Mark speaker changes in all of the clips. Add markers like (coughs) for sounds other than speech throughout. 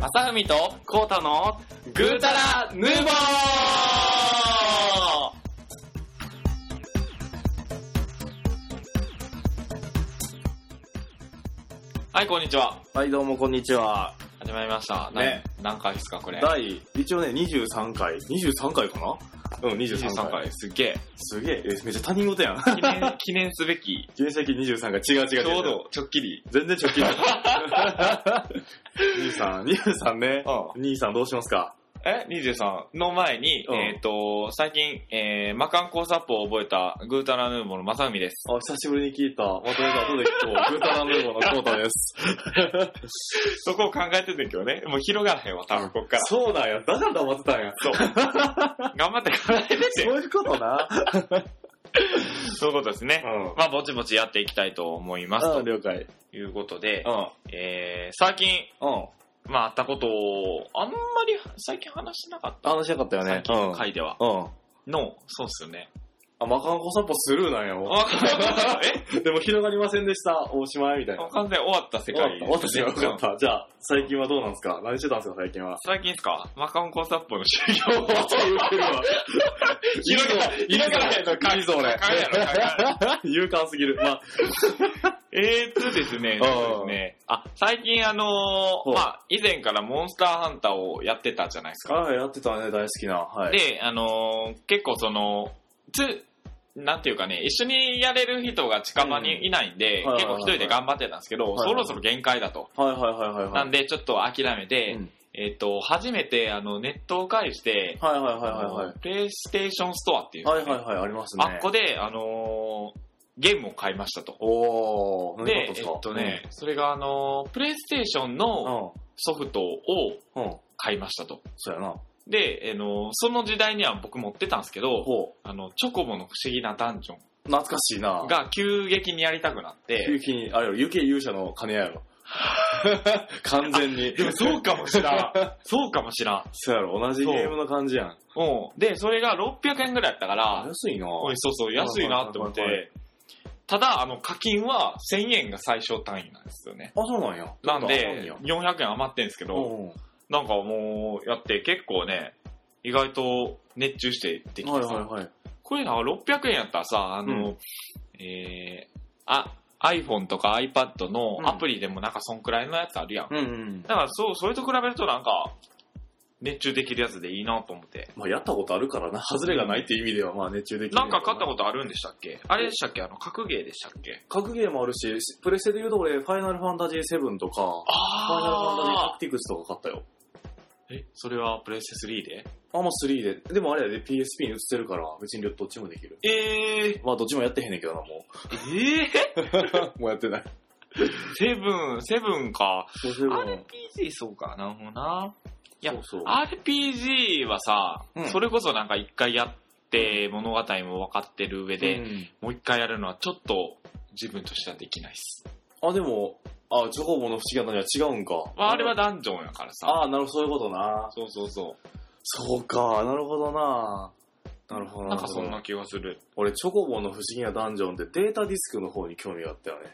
Speaker 1: 朝海とコータのグータラヌーボーはい、こんにちは。
Speaker 2: はい、どうも、こんにちは。
Speaker 1: 始まりました。
Speaker 2: ね
Speaker 1: な何回ですか、これ。
Speaker 2: 第、一応ね、23回。23回かなうん、23回。
Speaker 1: 23回。すげえ。
Speaker 2: すげえ。えめっちゃ他人事やん。 (laughs)
Speaker 1: 記念、記念すべき。
Speaker 2: 原石23回。違う違う
Speaker 1: ち
Speaker 2: 違う。
Speaker 1: ょうど、ちょっきり。
Speaker 2: 全然直近 (laughs) だ。23、23ね。23どうしますか
Speaker 1: え ?23 の前に、
Speaker 2: うん
Speaker 1: えっ、と、最近、えー、魔漢交サップを覚えたグータラヌーボーの正海です。
Speaker 2: あ、久しぶりに聞いた。まとめた後で (laughs) 聞こう。グータランドーボーのコータです。
Speaker 1: そこを考えてるんだけどね。もう広がらへんわ、多分こっから。
Speaker 2: そうなんや。だから黙ってたんや。
Speaker 1: そう。 (laughs) 頑張って考えて
Speaker 2: そ
Speaker 1: て。
Speaker 2: ういうことな。
Speaker 1: そういうことですね。
Speaker 2: う
Speaker 1: まあ、ぼちぼちやっていきたいと思います。
Speaker 2: ん。うん、了解。
Speaker 1: ということで
Speaker 2: う、ん。
Speaker 1: えー、最近、
Speaker 2: うん。
Speaker 1: まあ、あったことを、あんまり (laughs) 最近話してなかった。
Speaker 2: 話しなかったよ
Speaker 1: 最。
Speaker 2: ね
Speaker 1: 近の回では。
Speaker 2: うん。うん。
Speaker 1: の、そうっすよね。
Speaker 2: あ、マカンコ散歩スルーなんやもん。
Speaker 1: あ、え
Speaker 2: (laughs) でも広がりませんでした。おしまいみたいな。
Speaker 1: 完全に終 (laughs) わった世
Speaker 2: 終わ
Speaker 1: 界
Speaker 2: った。私はよかっ
Speaker 1: うん
Speaker 2: た。じゃあ、最近はどうなんですか何してたんですか最近
Speaker 1: (laughs)
Speaker 2: は。
Speaker 1: 最近ですかマカオンコーサップの修行を。
Speaker 2: (laughs)
Speaker 1: 広が
Speaker 2: いいぞ
Speaker 1: 広がらへんのか
Speaker 2: いいぞ、俺。
Speaker 1: かんやろかんや
Speaker 2: (laughs) 勇敢すぎる。まあ、
Speaker 1: えーとですね、
Speaker 2: うん
Speaker 1: そうですね。あ、最近あのー
Speaker 2: うん
Speaker 1: まあ、以前からモンスターハンターをやってたじゃないですか。
Speaker 2: はい、やってたね、大好きな。はい。
Speaker 1: で、あのー結構その、つ、なんていうかね、一緒にやれる人が近場にいないんで、
Speaker 2: うんはいはい
Speaker 1: 結構
Speaker 2: はいはい
Speaker 1: 一人で頑張ってたんですけど、
Speaker 2: はいはい
Speaker 1: そろそろ限界だと。
Speaker 2: はいはいはいはい。
Speaker 1: なんで、ちょっと諦めて、
Speaker 2: うん
Speaker 1: えっ、と、初めて、あの、ネットを介して、
Speaker 2: はいはいはい
Speaker 1: あのプレイステーションストアっていう、
Speaker 2: はいはい。はいはいはい、ありますね。
Speaker 1: あっこで、あのーゲームを買いましたと。
Speaker 2: おー、何
Speaker 1: で、
Speaker 2: 買
Speaker 1: え
Speaker 2: たんすか
Speaker 1: っとね、、それがあのープレイステーションの
Speaker 2: う
Speaker 1: ソフトを
Speaker 2: ん。うん。うん。
Speaker 1: 買いましたと。
Speaker 2: そうやな。
Speaker 1: で、あのーその時代には僕持ってたんですけど、
Speaker 2: ほ
Speaker 1: あの、チョコボの不思議なダンジョン
Speaker 2: う。懐かしいな。、
Speaker 1: が急激にやりたくなって、
Speaker 2: 勇気に、あれよ、勇気勇者の
Speaker 1: (laughs)
Speaker 2: 金やろ。完全に。
Speaker 1: でもそうかもしら
Speaker 2: (laughs)
Speaker 1: ん。そうかもしらん。
Speaker 2: そうやろ、同じゲームの感じやん。
Speaker 1: うん。で、それが600円ぐらいやったから、
Speaker 2: 安いな
Speaker 1: おい、そうそう、安いなって思っ
Speaker 2: はいはいは
Speaker 1: て、ただ、あの、課金は1000円が最小単位なんですよね。
Speaker 2: あ、そうなんや。
Speaker 1: なん
Speaker 2: あ
Speaker 1: で、400円余ってんですけ
Speaker 2: そうなんや
Speaker 1: ど、なんかもう、やって結構ね、意外と熱中してできて
Speaker 2: はいはい
Speaker 1: さ、
Speaker 2: はい。
Speaker 1: これなんか600円やったらさ、あ
Speaker 2: う
Speaker 1: の、えー、あ、iPhone とか iPad のアプリでもなんかそんくらいのやつあるやん。
Speaker 2: うんうん。
Speaker 1: だからそう、それと比べるとなんか、熱中できるやつでいいなと思って。
Speaker 2: まあ、やったことあるからな。 (laughs) 外れがないっていう意味では、まあ、熱中できる。
Speaker 1: なんか勝ったこととあるんでしたっけあれでしたっけあの、格ゲーでしたっけ
Speaker 2: 格ゲーもあるし、プレステで言うと俺、ファイナルファンタジー7とか、ファイナルファンタジータクティクスとか買ったよ。
Speaker 1: え、それはプレステ3で
Speaker 2: あ、もう3で。でもあれやで PSP に移ってるから、別にどっちもできる。
Speaker 1: えー、
Speaker 2: まあ、どっちもやってへんねんけどな、も
Speaker 1: え
Speaker 2: う。 (laughs) もうやってない。
Speaker 1: ー、セブン、セブンか。
Speaker 2: そうそう。
Speaker 1: RPG そうか、なるほどな。いや
Speaker 2: そうそう。
Speaker 1: RPG はさ、
Speaker 2: うん
Speaker 1: それこそなんか一回やって物語も分かってる上で、
Speaker 2: うん
Speaker 1: もう一回やるのはちょっと自分としてはできないっす。
Speaker 2: あ、でも、あ、チョコボの不思議なのには違うんか。
Speaker 1: まあ、あれはダンジョンやからさ。
Speaker 2: あなるほど、そういうことな。
Speaker 1: そうそうそ
Speaker 2: そうか、なるほどな。なるほ
Speaker 1: う。
Speaker 2: ど、
Speaker 1: な
Speaker 2: なんる
Speaker 1: か
Speaker 2: ほ
Speaker 1: そ
Speaker 2: ど。
Speaker 1: んな気がする。
Speaker 2: 俺、チョコボの不思議なダンジョンってデータディスクの方に興味があったよね。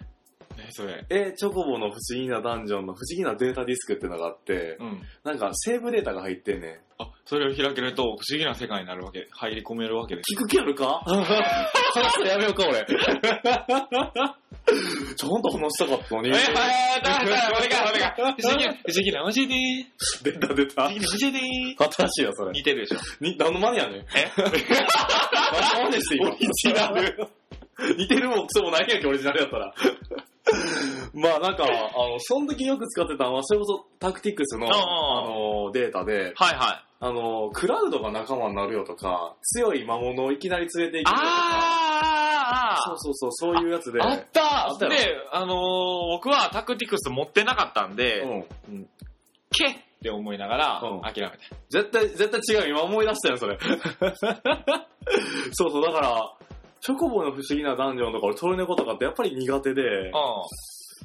Speaker 1: ね、それ。
Speaker 2: え、チョコボの不思議なダンジョンの不思議なデータディスクってのがあって、
Speaker 1: うん。
Speaker 2: なんかセーブデータが入ってんねん。
Speaker 1: あ、それを開けると不思議な世界になるわけ、入り込めるわけです。
Speaker 2: 聞く気あるか話すのやめようか、俺。 (laughs) ちゃんと話したかったのに。 (laughs)
Speaker 1: え、だ
Speaker 2: から俺が俺が
Speaker 1: 不思議な、不思議な、教えてー。
Speaker 2: 出た出た。
Speaker 1: 議な、教えてー。
Speaker 2: 新しいよ、それ。
Speaker 1: 似てるでしょ。
Speaker 2: に (laughs) 何の真似やねん。
Speaker 1: え
Speaker 2: 何の真似して今。
Speaker 1: オリジナ
Speaker 2: ル。似てるもクソもないやんけ、オリジナルやったら。 (laughs) まあなんか、あの、その時よく使ってたのは、それこそタクティクスの、
Speaker 1: うんうん
Speaker 2: あの、データで、
Speaker 1: はいはい。
Speaker 2: あの、クラウドが仲間になるよとか、強い魔物をいきなり連れて行くよとか、
Speaker 1: あ
Speaker 2: そうそうそう、そういうやつで、
Speaker 1: あっ
Speaker 2: った
Speaker 1: た
Speaker 2: よ
Speaker 1: で、あのー、僕はタクティクス持ってなかったんで、
Speaker 2: うん。
Speaker 1: けっって思いながら
Speaker 2: うん、
Speaker 1: 諦めた。
Speaker 2: 絶対、絶対違う。今思い出したよ、それ。 (laughs) そうそう、だから、チョコボの不思議なダンジョンとか、俺、トルネコとかってやっぱり苦手で、
Speaker 1: うん。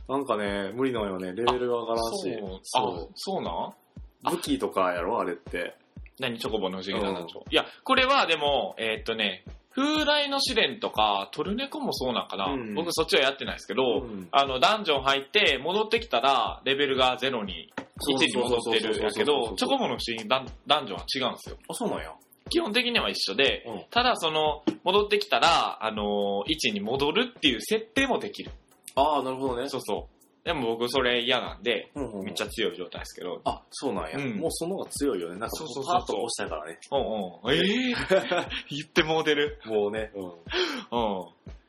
Speaker 2: なんかね、無理なのよね、レベルが上がらんし。
Speaker 1: そう
Speaker 2: そ。
Speaker 1: あ、そうなん
Speaker 2: う。武器とかやろ、あれって。
Speaker 1: 何チョコボの不思議な
Speaker 2: うん
Speaker 1: 話いや、これはでも、えーっとね、風来の試練とか、トルネコもそうなんかな、
Speaker 2: うん
Speaker 1: 僕そっちはやってないですけど、
Speaker 2: うん
Speaker 1: あの、ダンジョン入って戻ってきたら、レベルがゼロに
Speaker 2: そう
Speaker 1: 1に戻ってるんやけど、
Speaker 2: そうそうそうそうそう
Speaker 1: チョコボの不思議ダンダンジョンは違うんですよ。
Speaker 2: あ、そうなんや。
Speaker 1: 基本的には一緒で、
Speaker 2: うん
Speaker 1: ただその、戻ってきたら、あのー、1に戻るっていう設定もできる。
Speaker 2: ああ、なるほどね。
Speaker 1: そうそう。でも僕それ嫌なんで、
Speaker 2: うんうんうん
Speaker 1: めっちゃ強い状態ですけど、
Speaker 2: あ、そうなんや。
Speaker 1: うん
Speaker 2: もうその方が強いよね。なんか
Speaker 1: そうそうそう
Speaker 2: パーッと押したいからね。
Speaker 1: うんうん。ええ (laughs) 言ってもうてる。
Speaker 2: もうね。うん。
Speaker 1: うん。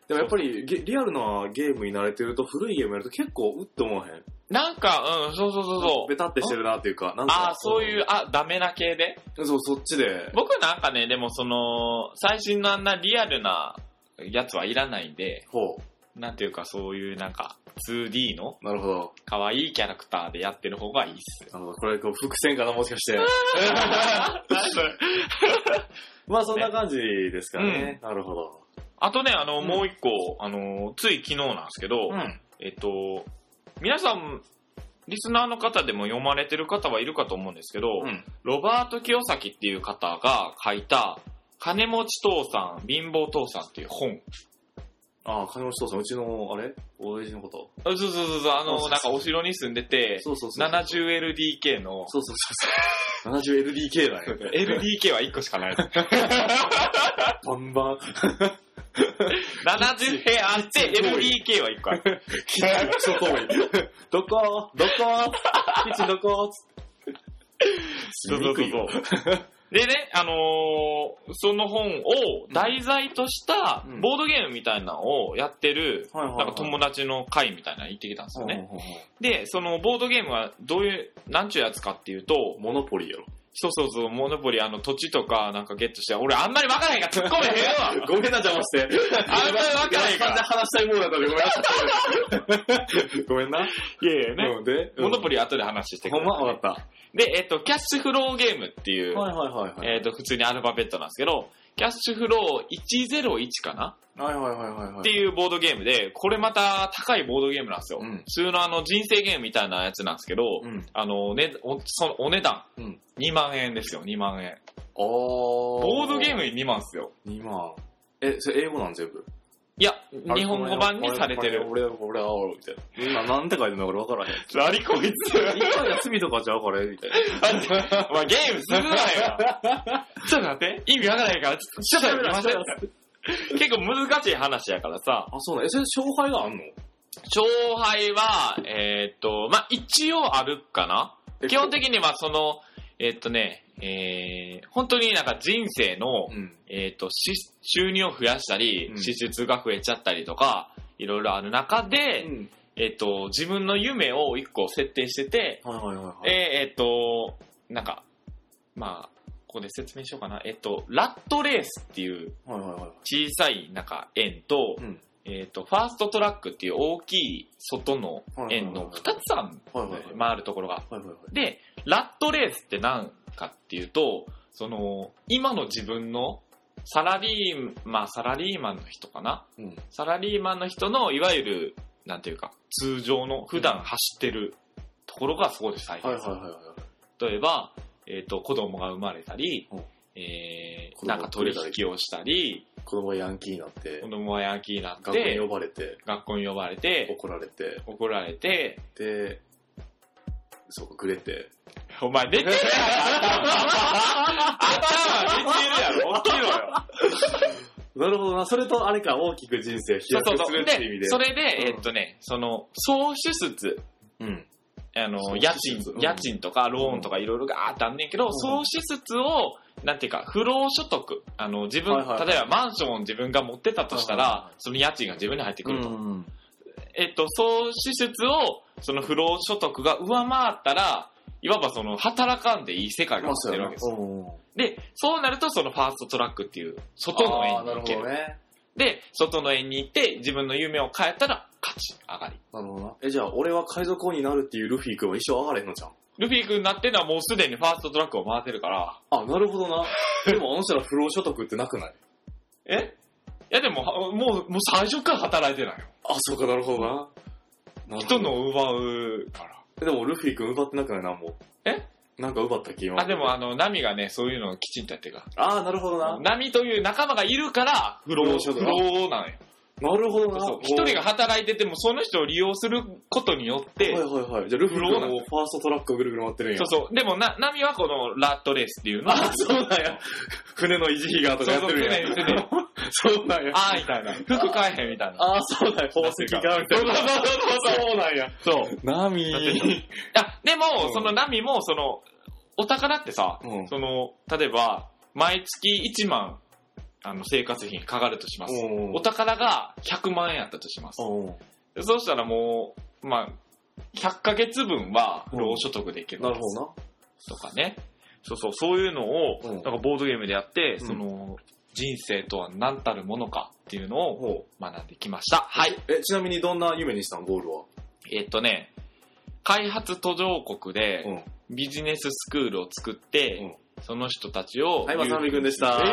Speaker 2: でもやっぱりゲリアルなゲームに慣れてると古いゲームやると結構うって思わへん。
Speaker 1: なんか、うん、そうそうそうそう。
Speaker 2: ベタってしてるなっていうか。なんか
Speaker 1: ああ、そういう、。あ、ダメな系で。
Speaker 2: うんそう、そっちで。
Speaker 1: 僕なんかね、でもその、最新のあんなリアルなやつはいらないんで、
Speaker 2: ほ
Speaker 1: なんていうかそういうなんか 2D の
Speaker 2: う。なるほど。
Speaker 1: 可愛いキャラクターでやってる方がいいっす (laughs) よ。
Speaker 2: なるほど。これ、こう伏線かな、もし
Speaker 1: (laughs)
Speaker 2: かして。まあそんな感じですかね。なるほど。
Speaker 1: あとね、あの、
Speaker 2: うん
Speaker 1: もう一個、あの、つい昨日なんですけど、
Speaker 2: ん。
Speaker 1: えっと、皆さん、リスナーの方でも読まれてる方はいるかと思うんですけど、
Speaker 2: うん。
Speaker 1: ロバート清崎っていう方が書いた、金持ち父さん、貧乏父さんっていう本。
Speaker 2: ああ、金持ち父さん、うちの、あれ親父のこと
Speaker 1: あそうそうそうそう、あ
Speaker 2: そうそうそ
Speaker 1: の、
Speaker 2: う
Speaker 1: なんかお城に住んでて、
Speaker 2: そうそうそう。。
Speaker 1: 70LDK の、
Speaker 2: そうそうそうそう。70LDK だよ。
Speaker 1: LDK は1個しかない (laughs) です。
Speaker 2: バンバン。
Speaker 1: 70部屋あって、LDK は1個ある。
Speaker 2: キッチン外に。どこどこキッチンどこつって。
Speaker 1: そうそうそうそうでね、あのーその本を題材とした
Speaker 2: うん
Speaker 1: ボードゲームみたいなのをやってる、
Speaker 2: はいはいはい
Speaker 1: なんか友達の会みたいなの行ってきたんですよね。で、そのボードゲームはどういう、なんちゅうやつかっていうと、
Speaker 2: モノポリーやろ。
Speaker 1: そうそうそう、モノポリあの土地とかなんかゲットして、俺あんまりわからへんから突っ込めへんわ
Speaker 2: ごめんな、邪魔して。
Speaker 1: あんまりわからへんか
Speaker 2: んな
Speaker 1: ら。
Speaker 2: 話したいもんだったんでごめんなさい。ごめん
Speaker 1: (laughs)
Speaker 2: な。
Speaker 1: いやいやね。
Speaker 2: うんで、
Speaker 1: モノ
Speaker 2: リ
Speaker 1: ポリ後で話してく
Speaker 2: ほ
Speaker 1: れ
Speaker 2: んまわかっ
Speaker 1: で、えっと、キャッシュフローゲームってい
Speaker 2: た。
Speaker 1: う、
Speaker 2: いはいはい
Speaker 1: えっと、普通にアルファベットなんですけど、キャッシュフロー101かな
Speaker 2: はいはいはいはいはい。
Speaker 1: っていうボードゲームで、これまた高いボードゲームなんですよ。
Speaker 2: うん
Speaker 1: 普通のあの人生ゲームみたいなやつなんですけど、
Speaker 2: うん。
Speaker 1: あの、ね、お、そのお値段
Speaker 2: うん、
Speaker 1: 2万円ですよ、2万円。
Speaker 2: お
Speaker 1: ボードゲームに2万ですよ。
Speaker 2: 2万。え、それ英語なん全部。
Speaker 1: いや、日本語版にされてる。
Speaker 2: 俺、俺、俺、俺、みたいな。今、なんて書いてんのか俺分からへん。
Speaker 1: ありこい (laughs) つ。
Speaker 2: 一回じゃ罪とかちゃうから、みたいな。
Speaker 1: お前ゲームするなよ。 (laughs) ちょっと待って、意味わからないから、ちょっと待って、結構難しい話やからさ、
Speaker 2: あ、そうなんえ、それ勝敗があんの
Speaker 1: 勝敗は、えーっと、まあ、一応あるかな基本
Speaker 2: に。
Speaker 1: 的にはその、えーっとね、えー、本当になんか人生の、
Speaker 2: うん。
Speaker 1: えーっと、支収入を増やしたり
Speaker 2: う、ん
Speaker 1: 支出が増えちゃったりとか、いろいろある中で、
Speaker 2: うん。
Speaker 1: えーっと、自分の夢を一個設定してて、
Speaker 2: はいはいはいはい。
Speaker 1: えーえーっと、なんか、まあ、ここで説明しようかな。えーっと、ラットレースっていう
Speaker 2: はいはいは
Speaker 1: 小さいなんか円と、
Speaker 2: い。うん。
Speaker 1: えっ、と、ファーストトラックっていう大きい外の円の2つある
Speaker 2: はいはいはい。
Speaker 1: 回るところが。
Speaker 2: はいはいはい。
Speaker 1: で、ラットレースって何かっていうと、その、今の自分のサラリー、まあサラリーマンの人かな
Speaker 2: うん。
Speaker 1: サラリーマンの人の、いわゆる、なんていうか、通常の普段走ってるところがそこで再
Speaker 2: はい
Speaker 1: 現
Speaker 2: はい
Speaker 1: する。
Speaker 2: はいはい。
Speaker 1: 例えば、えっ、と、子供が生まれたり
Speaker 2: うん、
Speaker 1: え
Speaker 2: 子
Speaker 1: ー、
Speaker 2: 供が
Speaker 1: なんか取引をしたり、
Speaker 2: 子供がヤンキーになって
Speaker 1: 子、供はヤンキーになっ
Speaker 2: 学校に
Speaker 1: て、
Speaker 2: 呼ばれて、
Speaker 1: 学校に呼ばれて、
Speaker 2: 怒られて、
Speaker 1: 怒られて、
Speaker 2: で、そう、くれて。
Speaker 1: お前寝てるや
Speaker 2: (laughs)
Speaker 1: ろ頭寝てるやろ起きろよ
Speaker 2: なるほどな。それとあれか、大きく人生を
Speaker 1: そう
Speaker 2: 開
Speaker 1: そう
Speaker 2: くす
Speaker 1: そ
Speaker 2: る
Speaker 1: う。
Speaker 2: っていう意味
Speaker 1: で、
Speaker 2: で。
Speaker 1: それで、
Speaker 2: うん
Speaker 1: えっとね、その、総支出、
Speaker 2: うん。
Speaker 1: あの、
Speaker 2: 総支
Speaker 1: 家
Speaker 2: 出
Speaker 1: 賃
Speaker 2: う、ん
Speaker 1: 家賃とかローンとかいろいろガーってあんねんけど、
Speaker 2: ん
Speaker 1: 総支出を、なんていうか、不労所得。あの、自分、
Speaker 2: はいはいはい
Speaker 1: 例えばマンションを自分が持ってたとした
Speaker 2: はいはい
Speaker 1: ら
Speaker 2: はい、
Speaker 1: その家賃が自分に入ってくると。
Speaker 2: うん。
Speaker 1: えっと、総支出を、その不労所得が上回ったら、いわばその、働かんでいい世界が
Speaker 2: まあ、
Speaker 1: 待っ
Speaker 2: そう
Speaker 1: て
Speaker 2: や
Speaker 1: るわ
Speaker 2: な
Speaker 1: けですよ。
Speaker 2: うんうん。
Speaker 1: で、そうなるとそのファーストトラックっていう、外の
Speaker 2: あ
Speaker 1: 円
Speaker 2: ー
Speaker 1: に
Speaker 2: な
Speaker 1: 行
Speaker 2: る
Speaker 1: け
Speaker 2: ほ
Speaker 1: る。
Speaker 2: どね。
Speaker 1: で、外の円に行って、自分の夢を変えたら、勝ち、上がり。
Speaker 2: なるほどな。え、じゃあ、俺は海賊王になるっていうルフィ君は一生上がれへんのじゃん。
Speaker 1: ルフィ君になってるのはもうすでにファーストトラックを回ってるから、
Speaker 2: あ、なるほどな。 (laughs) でも、あの人ら不労所得ってなくない
Speaker 1: えいやでも、はもう、もう最初から働いてないよ。
Speaker 2: あ、そうか、なるほどな。なるほど
Speaker 1: 人。のを奪うか
Speaker 2: でも、ルフィ君奪ってなくないな、もう。
Speaker 1: え
Speaker 2: なんか奪った気
Speaker 1: ら。
Speaker 2: 今。
Speaker 1: あ、でもあの、ナミがね、そういうのをきちんとやってるか
Speaker 2: あー、なるほど
Speaker 1: ら。
Speaker 2: な。
Speaker 1: ナミという仲間がいるから、不
Speaker 2: 不
Speaker 1: 労、
Speaker 2: 労所
Speaker 1: 不
Speaker 2: 得
Speaker 1: 労なんよ。
Speaker 2: なるほどな
Speaker 1: そう。一人が働いてても、その人を利用することによって、
Speaker 2: はいはいはい。じゃあ、ルフル
Speaker 1: ロー
Speaker 2: の
Speaker 1: な
Speaker 2: フ
Speaker 1: ん
Speaker 2: ァ
Speaker 1: だ
Speaker 2: ーストトラックをぐるぐる回ってるんや。
Speaker 1: そうそう。でもな、波はこのラットレースっていう (laughs) のを
Speaker 2: あ、そうなんや。船の維持費がとかやってるんや。
Speaker 1: そうそう船船
Speaker 2: そうなんや。
Speaker 1: あーみたいな。服買えへんみたいな。
Speaker 2: あ、そうなんや。宝石がみたいな。そう (laughs) そうなんや。
Speaker 1: そう。
Speaker 2: ナ
Speaker 1: だってあ、で
Speaker 2: う
Speaker 1: も
Speaker 2: ん、
Speaker 1: その波も、その、お宝ってさ、
Speaker 2: うん。
Speaker 1: その、例えば、毎月1万、あの、生活費にかかるとします。
Speaker 2: うん
Speaker 1: お宝が100万円やったとします。
Speaker 2: うん
Speaker 1: そうしたらもう、まあ、100ヶ月分は、老所得でいけま
Speaker 2: なる
Speaker 1: す
Speaker 2: ほどな。
Speaker 1: とかね。そうそう、そういうのを、
Speaker 2: うん
Speaker 1: なんかボードゲームでやって、
Speaker 2: うん
Speaker 1: その、人生とは何たるものかっていうのを
Speaker 2: ほ
Speaker 1: 学んできました。はい。
Speaker 2: う。え、ちなみにどんな夢にしたんゴールは。
Speaker 1: えっとね、開発途上国で
Speaker 2: ん。
Speaker 1: ビジネススクールを作って、その人たちを。
Speaker 2: はい、まさみくんでした。
Speaker 1: え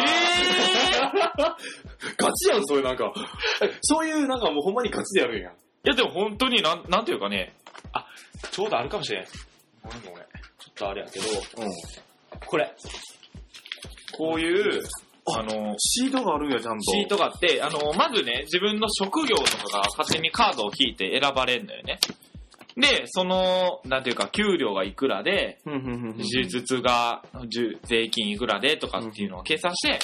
Speaker 2: ガチやん、そういうなんか。 (laughs) そういうなんかもうほんまにガチでやるんや。
Speaker 1: いやでも本当になん、なんていうかね、あ、ちょうどあるかもしれん。なんだこれ。ちょっとあれやけど、
Speaker 2: うん。
Speaker 1: これ。こういう、
Speaker 2: あ
Speaker 1: あの、
Speaker 2: シートがあるんや、ちゃんと。
Speaker 1: シートがあって、あの、まずね、自分の職業とかが勝手にカードを引いて選ばれるんだよね。で、その、なんていうか、給料がいくらで、
Speaker 2: ふんふんふんふん。
Speaker 1: 手術が、じゅ税金いくらでとかっていうのを計算して、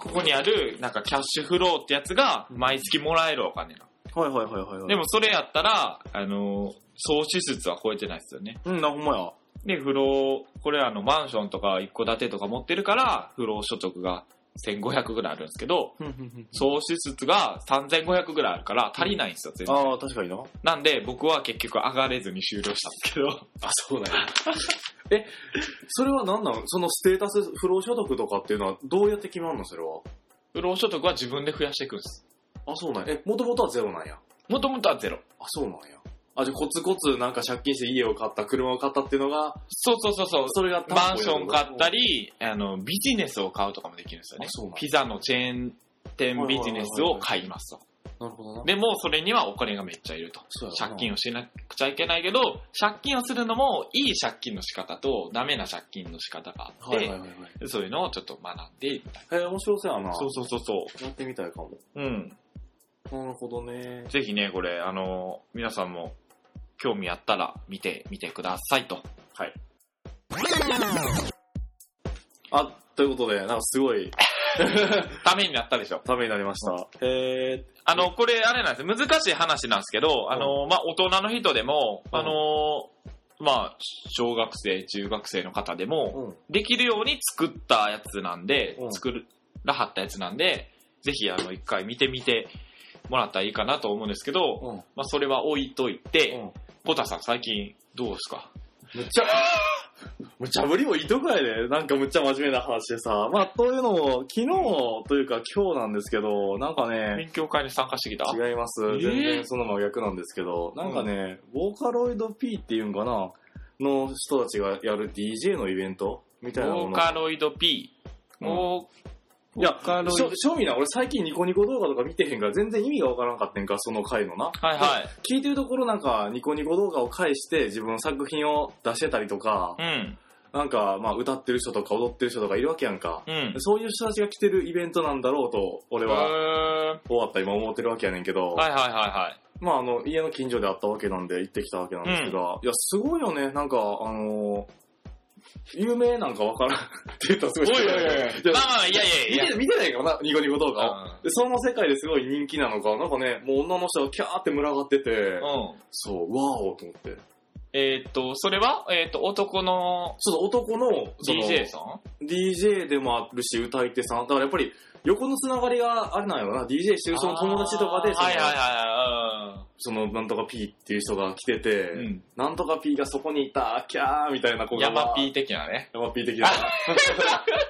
Speaker 1: ここにある、なんかキャッシュフローってやつが、毎月もらえるお金な。
Speaker 2: はいはいはいはいはい。
Speaker 1: でもそれやったら、あの、総支出は超えてないですよね。
Speaker 2: うん、な、ほんまや。
Speaker 1: で、不労、これあの、マンションとか一戸建てとか持ってるから、不労所得が1500ぐらいあるんですけど、
Speaker 2: ふんふんふん。
Speaker 1: 総支出が3500ぐらいあるから足りないんですよ、全然。
Speaker 2: ああ、確かにな。
Speaker 1: なんで僕は結局上がれずに終了したんですけど。 (laughs)
Speaker 2: あ、そうなんや。 (laughs) え、それはなんなんそのステータス、不労所得とかっていうのはどうやって決まるのそれは。
Speaker 1: 不労所得は自分で増やしていくんです。
Speaker 2: あ、そうなんや。え、もともとはゼロなんや。
Speaker 1: もともとはゼロ。
Speaker 2: あ、そうなんや。あ、じゃあコツコツなんか借金して家を買った、車を買ったっていうのが、
Speaker 1: そうそうそうそう。
Speaker 2: それが
Speaker 1: マンション買った
Speaker 2: り、
Speaker 1: り、あの、ビジネスを買うとかもできるんですよね
Speaker 2: あそうなん。だ
Speaker 1: ピザのチェーン店ビジネスを買いますと。
Speaker 2: なるほどな。
Speaker 1: でも、それにはお金がめっちゃいると。
Speaker 2: そうやろな
Speaker 1: 借金をしなくちゃいけないけど、借金をするのも、いい借金の仕方と、ダメな借金の仕方があって、
Speaker 2: はいはいはいはい。
Speaker 1: そういうのをちょっと学んでいった。
Speaker 2: えー面白そうやな。
Speaker 1: そうそうそうそ
Speaker 2: やってみたいかも。
Speaker 1: う。うん。
Speaker 2: なるほどね。
Speaker 1: ぜひね、これ、あの、皆さんも興味あったら見てみてくださいと。
Speaker 2: はい。あ、ということで、なんかすごい
Speaker 1: ためになったでしょ。
Speaker 2: ためになりました。えー、
Speaker 1: あの、これ、あれなんです難しい話なんですけど、あの、まあ、大人の人でも、
Speaker 2: うん
Speaker 1: あの、まあ、小学生、中学生の方でも、
Speaker 2: うん。
Speaker 1: できるように作ったやつなんで
Speaker 2: う、ん
Speaker 1: 作らはったやつなんで、ぜひ、あの、一回見てみてもらったらいいかなと思うんですけど、
Speaker 2: うん。
Speaker 1: まあ、それは置いといて、
Speaker 2: うん
Speaker 1: ポタさん、最近、どうですか
Speaker 2: むっちゃ、 (laughs) むちゃぶりもいいとこやで。なんかむっちゃ真面目な話でさ。まあ、というのも、昨日というか今日なんですけど、なんかね、
Speaker 1: 勉強会に参加してきた
Speaker 2: 違います。
Speaker 1: えー
Speaker 2: 全然その真逆なんですけど、なんかね、ボーカロイド P っていうんかな、の人たちがやる DJ のイベントみたいなもの。
Speaker 1: ボーカロイド P。
Speaker 2: うん
Speaker 1: ボー
Speaker 2: いや
Speaker 1: カロイ
Speaker 2: し
Speaker 1: ド
Speaker 2: ょ正味な、俺最近ニコニコ動画とか見てへんから全然意味がわからんかってんか、その回のな。
Speaker 1: はいはい。
Speaker 2: 聞いてるところなんかニコニコ動画を介して自分の作品を出してたりとか
Speaker 1: う、ん。
Speaker 2: なんかまあ歌ってる人とか踊ってる人とかいるわけやんか。
Speaker 1: うん。
Speaker 2: そういう人たちが来てるイベントなんだろうと、俺
Speaker 1: うーん
Speaker 2: は
Speaker 1: は
Speaker 2: 終わった今思ってるわけやねんけど、
Speaker 1: いはいはいはい。
Speaker 2: まああの、家の近所であったわけなんで行ってきたわけなんですけど、いや、すごいよね、なんか、あのー有名なんかわからんって言ったらすごい。
Speaker 1: おいおいおいおいまあ
Speaker 2: や
Speaker 1: まあ、いやい
Speaker 2: 見
Speaker 1: やい
Speaker 2: て
Speaker 1: や。
Speaker 2: 見てないかな、ニコニコ動
Speaker 1: う
Speaker 2: 画を。でその世界ですごい人気なのか、なんかね、もう女の人がキャーって群がってて、
Speaker 1: ん。うん
Speaker 2: そう、わーおと思って。
Speaker 1: えーっと、それは、えーっと、男の
Speaker 2: そうそう男の、その、
Speaker 1: DJ さん
Speaker 2: DJ でもあるし、歌い手さん。だからやっぱり、横のつながりがあれなんやろな、DJ してる人の友達とかで、
Speaker 1: あー
Speaker 2: その、
Speaker 1: はいはいは
Speaker 2: そのなんとか P っていう人が来てて、
Speaker 1: いはい。うん。
Speaker 2: なんとか P がそこにいた、キャーみたいな子が。
Speaker 1: 山 P 的なね。
Speaker 2: ヤマピー
Speaker 1: (laughs)
Speaker 2: 的な。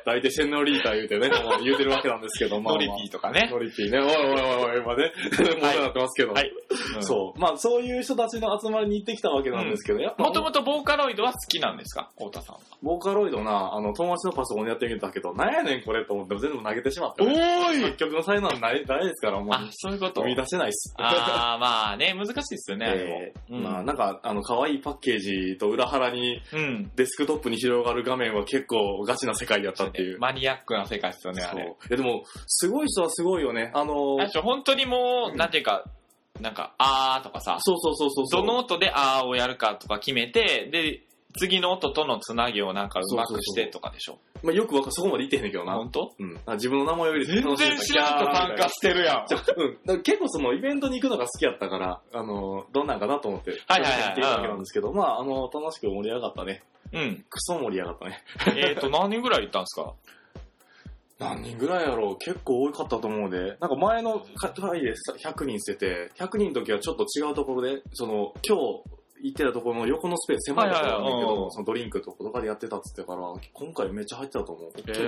Speaker 2: 大体洗脳リーター言うてね、まあ言うてるわけなんで
Speaker 1: (laughs)
Speaker 2: すけど、まあ、
Speaker 1: ノ
Speaker 2: まあ
Speaker 1: リ。P とかね。
Speaker 2: ノリピーね。おいおいおいおい、今ね。もうなってますけど。
Speaker 1: はいうん。
Speaker 2: そう。まあ、そういう人たちの集まりに行ってきたわけなんですけど、やっぱ、
Speaker 1: もともとボーカロイドは好きなんですか太田さんは。
Speaker 2: ボーカロイドな、あの、友達のパソコンでやってみたけど、なんやねんこれと思って全部投げてしまって。おーい作曲の才能はない、ないですから、も
Speaker 1: あ、
Speaker 2: う。
Speaker 1: そういうこと
Speaker 2: 生。み出せないっす。
Speaker 1: あー、まあね、難しいですよね、
Speaker 2: (laughs)
Speaker 1: あれ
Speaker 2: え
Speaker 1: も
Speaker 2: ー
Speaker 1: うん
Speaker 2: まあなんか、あの、可愛いパッケージと裏腹に
Speaker 1: も。うん。
Speaker 2: デスクトップに広がる画面は結構ガチな世界やったっていう。
Speaker 1: マニアックな世界ですよね、あ
Speaker 2: そう
Speaker 1: れ。
Speaker 2: いやでも、すごい人はすごいよね。あの
Speaker 1: あれでしょ本当にもう、なんていうか、なんか、あーとかさ、
Speaker 2: そうそうそうそうそう。
Speaker 1: どの音であーをやるかとか決めて、で、次の音とのつなぎをなんかうまくしてとかでしょ。
Speaker 2: まあ、よくわかそこまで言ってへんねんけどな。
Speaker 1: 本当
Speaker 2: うん。あ自分の名前より楽しい
Speaker 1: してるやん。
Speaker 2: じゃうん、だから結構そのイベントに行くのが好きやったから、あの、どんなんかなと思って、
Speaker 1: はいはいはい
Speaker 2: やってるわけなんですけど、まあ、あの、楽しく盛り上がったね。
Speaker 1: うん。
Speaker 2: クソ盛り上がったね。
Speaker 1: えっ、と、何人ぐらいいたんですか
Speaker 2: 何人ぐらいやろう結構多かったと思うで。なんか前の回でさ100人してて、100人の時はちょっと違うところで、その、今日行ってたところの横のスペース狭いところなんだ
Speaker 1: はいは
Speaker 2: け
Speaker 1: いはいうん
Speaker 2: ど、そのドリンクとかとかでやってたっつってから、今回めっちゃ入ってたと思う。
Speaker 1: へー
Speaker 2: ただ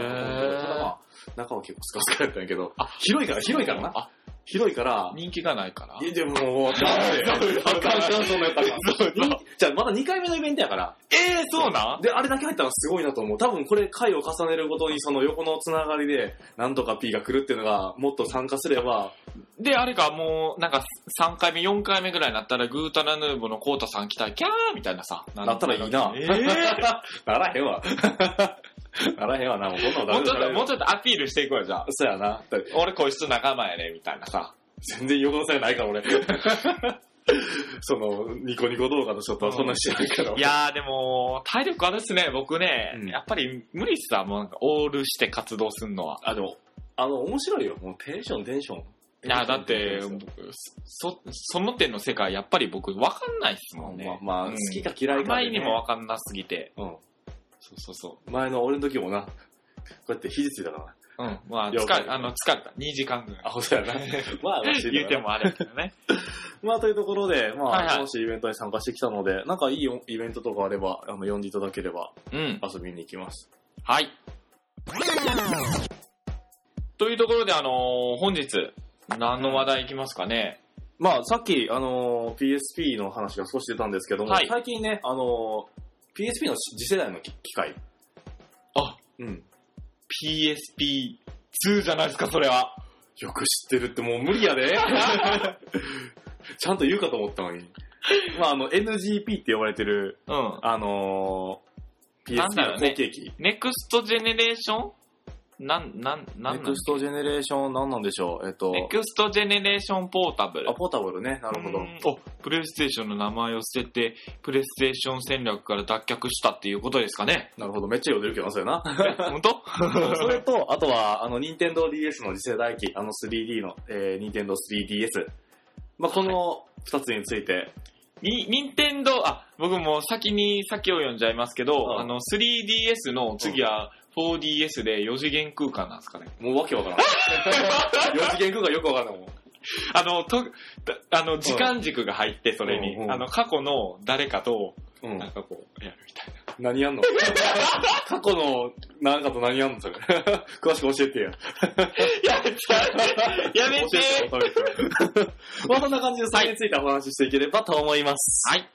Speaker 2: まあ、中は結構スカスカやったんやけど、あ、広いから、広いからな。
Speaker 1: あ、
Speaker 2: 広いから、
Speaker 1: 人気がないから。
Speaker 2: いや、でも、もう、だって、あかんあかん、 (laughs) そんなやったら
Speaker 1: そうそう
Speaker 2: じゃあ、まだ2回目のイベントやから。
Speaker 1: えー、そうなん
Speaker 2: で、あれだけ入ったらすごいなと思う。多分これ、回を重ねるごとに、その横のつながりで、なんとか P が来るっていうのが、もっと参加すれば、
Speaker 1: で、あれか、もう、なんか、3回目、4回目ぐらいになったら、グータラヌーボのコータさん来たら、キャーみたいなさ。
Speaker 2: なったらいいな。
Speaker 1: えー
Speaker 2: (laughs) ならへんわ。 (laughs) ならへんわな、もうこんなの
Speaker 1: もうちょっと、も
Speaker 2: も
Speaker 1: うちょっとアピールしていこうよ、じゃあ。
Speaker 2: そうやな。だって
Speaker 1: 俺、こいつ仲間やね、みたいなさ。
Speaker 2: 全然横の際ないから、俺。 (laughs) その、ニコニコ動画のショットはそんなにしないから。
Speaker 1: いやー、でも、体力あるっすね、僕ね。
Speaker 2: うん
Speaker 1: やっぱり、無理っすわ、もうなんか、オールして活動すんのは。
Speaker 2: あ、でも、あの、面白いよ。もうテンション、テンション。
Speaker 1: いや、だって、僕そ、その点の世界、やっぱり僕、わかんないっすもんね。
Speaker 2: まあ、まあ、
Speaker 1: うん
Speaker 2: 好きか嫌い
Speaker 1: あま
Speaker 2: か
Speaker 1: り
Speaker 2: でね、
Speaker 1: にもわかんなすぎて。
Speaker 2: うん。
Speaker 1: そうそうそ
Speaker 2: 前の俺の時もな、こうやって肘ついたからな。
Speaker 1: う。うん。まあ、疲
Speaker 2: 了解
Speaker 1: れ、あの、疲れた。2時間ぐらい。
Speaker 2: あ、ほそうやな。 (laughs) まあ、
Speaker 1: 言うて。もあれだけど
Speaker 2: (laughs)
Speaker 1: ね。
Speaker 2: まあ、というところで、まあ、
Speaker 1: はいはい
Speaker 2: 楽しいイベントに参加してきたので、なんかいいよイベントとかあれば、あの、呼んでいただければ
Speaker 1: うん。
Speaker 2: 遊びに行きます。
Speaker 1: はい。というところで、あのー本日、何の話題いきますかね。
Speaker 2: まあ、さっき、あのー PSP の話が少し出たんですけども、
Speaker 1: はい
Speaker 2: 最近ね、あのー PSP の次世代の機機械。
Speaker 1: あ、
Speaker 2: うん。
Speaker 1: PSP2 じゃないですか、それは。
Speaker 2: よく知ってるってもう無理やで。 (laughs) ちゃんと言うかと思ったのに。まあ、あの、NGP って呼ばれてる、
Speaker 1: うん。
Speaker 2: あのー、
Speaker 1: なんだ
Speaker 2: PSP の
Speaker 1: ろう
Speaker 2: 後
Speaker 1: ね
Speaker 2: 継機。
Speaker 1: ネクストジェネレーションなん、なん、なんな
Speaker 2: ネ
Speaker 1: ん
Speaker 2: クストジェネレーション、なんなんでしょうえっと、
Speaker 1: ネクストジェネレーションポータブル
Speaker 2: あ、。ポータブルね。なるほど
Speaker 1: う。んお、プレイステーションの名前を捨てて、プレイステーション戦略から脱却したっていうことですか
Speaker 2: (laughs)
Speaker 1: ね。
Speaker 2: なるほど。めっちゃ読んでるけどな、それな。
Speaker 1: 本当
Speaker 2: それと、 (laughs) あとは、あの、任天堂 DS の次世代機、あの 3D の、えー、任天堂 3DS。まあ、この二つについて、
Speaker 1: に、任天堂、あ、僕もう先に先を読んじゃいますけど、
Speaker 2: うん
Speaker 1: あの、3DS の次は 4DS で4次元空間なんですかね。
Speaker 2: もうわけわ (laughs) からん。4次元空間よくわからんもん。
Speaker 1: あの、と、あの、時間軸が入って、それに、
Speaker 2: うんうん
Speaker 1: あの、過去の誰かと、
Speaker 2: うん
Speaker 1: なんかこう、やるみたいな。
Speaker 2: 何 (laughs) やんの過去の、なんかと何やんのそれ。 (laughs) 詳しく教えてよ。
Speaker 1: やめてやめて
Speaker 2: 教えてよ (laughs) まあ、そんな感じで、それについてお話ししていければと思います。
Speaker 1: はい。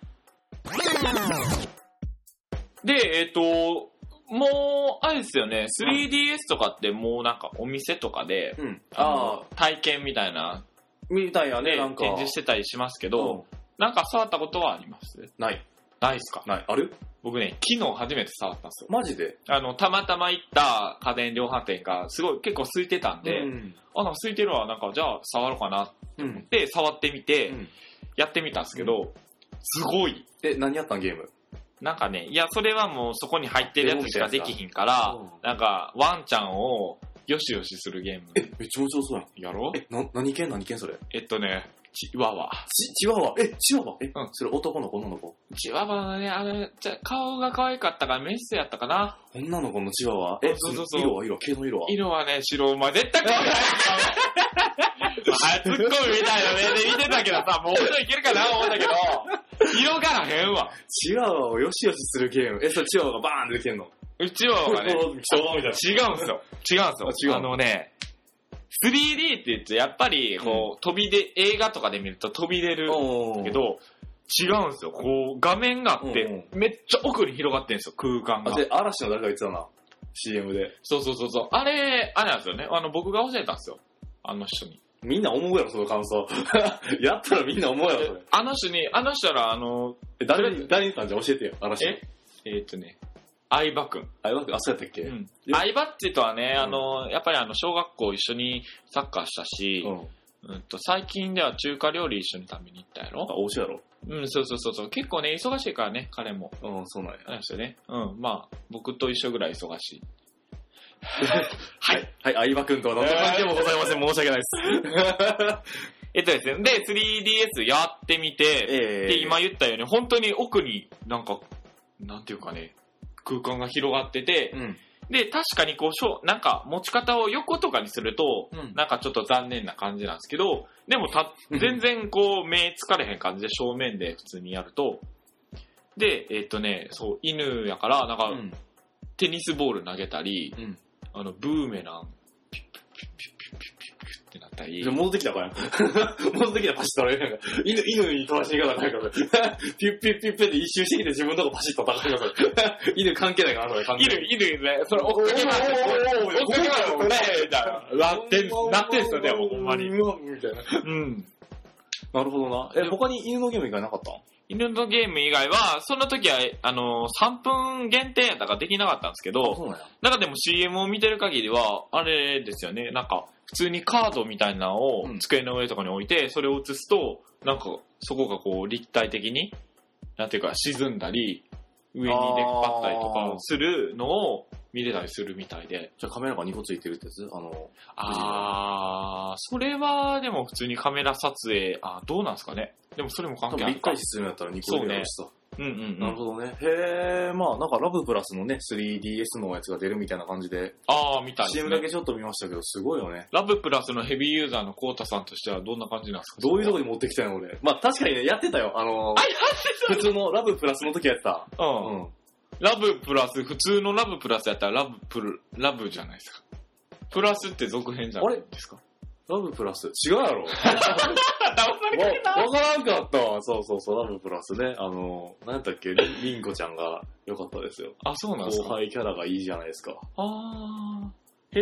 Speaker 1: で、えっ、と、もう、あれですよね、3DS とかってもうなんかお店とかで、
Speaker 2: うん。
Speaker 1: あ
Speaker 2: ああ、
Speaker 1: の体験みたいな、
Speaker 2: みたいや
Speaker 1: で
Speaker 2: ね、なん、か。
Speaker 1: 展示してたりしますけど、
Speaker 2: うん
Speaker 1: なんか触ったことはあります
Speaker 2: ない。
Speaker 1: ないですか
Speaker 2: ない。ある
Speaker 1: 僕ね、昨日初めて触ったんですよ。
Speaker 2: マジで
Speaker 1: あの、たまたま行った家電量販店が、すごい結構空いてたんで、
Speaker 2: うん。
Speaker 1: あ、なんか空いてるわ、なんかじゃあ触ろうかなっ
Speaker 2: うん。
Speaker 1: て触ってみて、やってみたんですけど、すごい。
Speaker 2: え、何やったんゲーム
Speaker 1: なんかね、いや、それはもうそこに入ってるやつしかできひんから
Speaker 2: うん、
Speaker 1: なんか、ワンちゃんをよしよしするゲーム
Speaker 2: え、めっちゃ面白そうや
Speaker 1: や
Speaker 2: ん。
Speaker 1: ろう
Speaker 2: え、な、何犬何犬それ
Speaker 1: えっとね、チワワ。
Speaker 2: チ、チワワ。え、チワワえ、
Speaker 1: うん
Speaker 2: それ男の子女の子
Speaker 1: チワワのね、あれ、じゃ顔が可愛かったからメスやったかな。
Speaker 2: 女の子のチワワえ、
Speaker 1: そうそうそう
Speaker 2: の色は色は毛の色は
Speaker 1: 色はね、白馬、絶対可愛い。あれ、ツッコミみたいな目で見てたけどさ、もう音いけるかな思ったけど、色からへんわ。
Speaker 2: チワワをよしよしするゲーム。え、それチワワがバーンって出てんの
Speaker 1: うちワワがね、違うん
Speaker 2: 貴重だみたいな。
Speaker 1: すよ。違うんす
Speaker 2: あ違う
Speaker 1: よ。
Speaker 2: の
Speaker 1: あのね、3D って言って、やっぱり、こう、飛びで、映画とかで見ると飛び出る
Speaker 2: うん。
Speaker 1: け、ど、違うんすよ。こう、画面があって、めっちゃ奥に広がってんすよ、空間
Speaker 2: あ、
Speaker 1: が
Speaker 2: で。、嵐の誰か言ってたな。 CM で。
Speaker 1: そうそうそうそう。あれ、あれなんですよね。あの、僕が教えたんですよ。あの人に。
Speaker 2: みんな思うやろ、その感想。 (laughs) やったらみんな思うやろ、それ。
Speaker 1: あの人に、あの人ら、あの、
Speaker 2: え誰に、誰にさんじゃ教えてよ、話。
Speaker 1: ええーっとね、相葉くん。
Speaker 2: あ、なんか、あ、そうやったっけ
Speaker 1: うん
Speaker 2: よ
Speaker 1: 相葉っていうとはね、
Speaker 2: うん
Speaker 1: あの、やっぱりあの、小学校一緒にサッカーしたし、
Speaker 2: うん。
Speaker 1: うんと、最近では中華料理一緒に食べに行ったや
Speaker 2: あ、
Speaker 1: ろ
Speaker 2: 大塩やろ。
Speaker 1: うん、そうそうそうそう。結構ね、忙しいからね、彼も。
Speaker 2: うん、そうなんや。
Speaker 1: あれですよね。うん、まあ、僕と一緒ぐらい忙しい。
Speaker 2: はい。はい、相葉くんとは何の関係もございません。申し訳ないです。
Speaker 1: えっとですね、で、3DS やってみて、
Speaker 2: え
Speaker 1: で、今言ったように、本当に奥になんか、なんていうかね、空間が広がってて、
Speaker 2: うん。
Speaker 1: で、確かにこう、しょなんか持ち方を横とかにすると、
Speaker 2: うん
Speaker 1: なんかちょっと残念な感じなんですけど、でもた、全然こう、目つかれへん感じで正面で普通にやると、で、えっとね、そう、犬やから、なんか、
Speaker 2: うん。
Speaker 1: テニスボール投げたり、
Speaker 2: うん
Speaker 1: あの、ブーメラン、ピュッピュッピュッピュッピュッピュッピュッってなったり
Speaker 2: じゃ、あ戻ってきたから。戻ってきたらパシッとられる。犬、犬に飛ばしに行かなあかんから。ピュッピュッピュッピュって一周してきて自分のとこパシッと叩かれるから。犬関係ないから、それ関係ない。
Speaker 1: 犬、犬ね、それ追っかけますよ、これ。追っかけますよ、これ、みたいな。なってんす、なってんすよね、もうほんまに。
Speaker 2: みたいな。
Speaker 1: うん。
Speaker 2: なるほどな。え、他に犬のゲーム以外なかった
Speaker 1: 犬のゲーム以外は、その時は、あの、3分限定やったからできなかったんですけど、
Speaker 2: うなんや。
Speaker 1: 中でも CM を見てる限りは、あれですよね、なんか、普通にカードみたいなのを
Speaker 2: うん
Speaker 1: 机の上とかに置いて、それを映すと、なんか、そこがこう、立体的に、なんていうか、沈んだり、上に出っ張ったりと
Speaker 2: あ
Speaker 1: か
Speaker 2: ー
Speaker 1: するのを見れたりするみたいで。
Speaker 2: じゃあカメラが2個ついてるってやつあの、
Speaker 1: あー、それは、でも普通にカメラ撮影、あーどうなんですかね。でもそれも
Speaker 2: 多
Speaker 1: 関係
Speaker 2: 分
Speaker 1: あ
Speaker 2: 1
Speaker 1: るか
Speaker 2: 回。進むやったら2個でやるしさ。
Speaker 1: うんうんう
Speaker 2: なる
Speaker 1: ん。
Speaker 2: ほどね。へえ、まあなんかラブプラスのね、3DS のやつが出るみたいな感じで、
Speaker 1: あー、みたいですね
Speaker 2: CM だけちょっと見ましたけど、すごいよね。
Speaker 1: ラブプラスのヘビーユーザーのコウタさんとしてはどんな感じなんですか
Speaker 2: どういうとこ
Speaker 1: こ
Speaker 2: に持ってきたの俺。まあ確かにね、やってたよ。あのー普通のラブプラスの時やってた。う
Speaker 1: うん。ラブプラス、普通のラブプラスやったらラブプル、ラブじゃないですか。プラスって続編じゃないですか。
Speaker 2: ラブプラス違うやろ。わ
Speaker 1: あれ
Speaker 2: わからんかったわ。そうそうそう、ラブプラスね。あのー、何やったっけ、りりんごちゃんが良かったですよ。
Speaker 1: あ、そうなんです
Speaker 2: 後
Speaker 1: か。
Speaker 2: 輩キャラがいいじゃないですか。
Speaker 1: あー。へ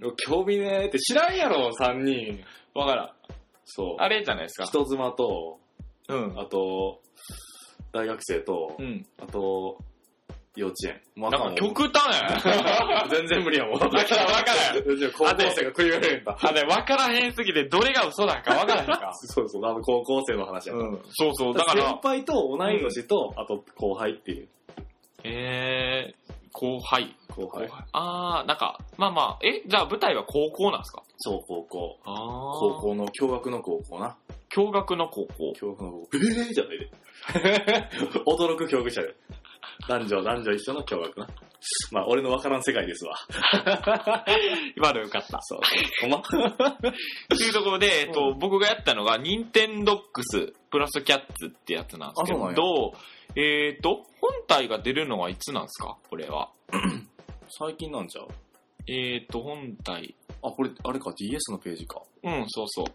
Speaker 1: ー。
Speaker 2: 興味ねーって知らんやろ、3人。
Speaker 1: わからん。
Speaker 2: そう。
Speaker 1: あれじゃないですか。
Speaker 2: 人妻と、
Speaker 1: うん。
Speaker 2: あと、大学生と、
Speaker 1: うん。
Speaker 2: あと、幼稚園。な
Speaker 1: なんか
Speaker 2: (laughs)
Speaker 1: 極端やな
Speaker 2: 全然無理やもん。だ
Speaker 1: からんわからん
Speaker 2: 高校生が食い寄れへんだ。。
Speaker 1: あれ、わからへんすぎて、どれが嘘なんかわからへんか
Speaker 2: (laughs) そうそう、あの高校生の話
Speaker 1: (laughs)
Speaker 2: や。
Speaker 1: うん。そうそう、だか
Speaker 2: 先
Speaker 1: ら、
Speaker 2: 輩と同い年と、あと後輩っていう。
Speaker 1: えー、後輩。
Speaker 2: 後
Speaker 1: 後輩
Speaker 2: 輩。。
Speaker 1: あー、なんか、まあまあ、え、じゃあ舞台は高校なんですか
Speaker 2: そう、高校。
Speaker 1: あ
Speaker 2: 高
Speaker 1: ー。
Speaker 2: 校の、共学の高校な。
Speaker 1: 驚愕の高校。
Speaker 2: 教育の方、えーじゃないで。 (laughs) 驚く教育者で。男女、男女一緒の教学な。まあ、俺のわからん世界ですわ。
Speaker 1: 今のよかった。
Speaker 2: そう。ほんま
Speaker 1: というところで、えっと、僕がやったのが、ニンテンドックスプラスキャッツってやつなんですけ
Speaker 2: あそうなん
Speaker 1: ど、えっと、本体が出るのはいつなんですかこれは。
Speaker 2: 最近なんちゃう
Speaker 1: えっと、本体。
Speaker 2: あ、これ、あれか、DS のページか。
Speaker 1: うん、そうそう。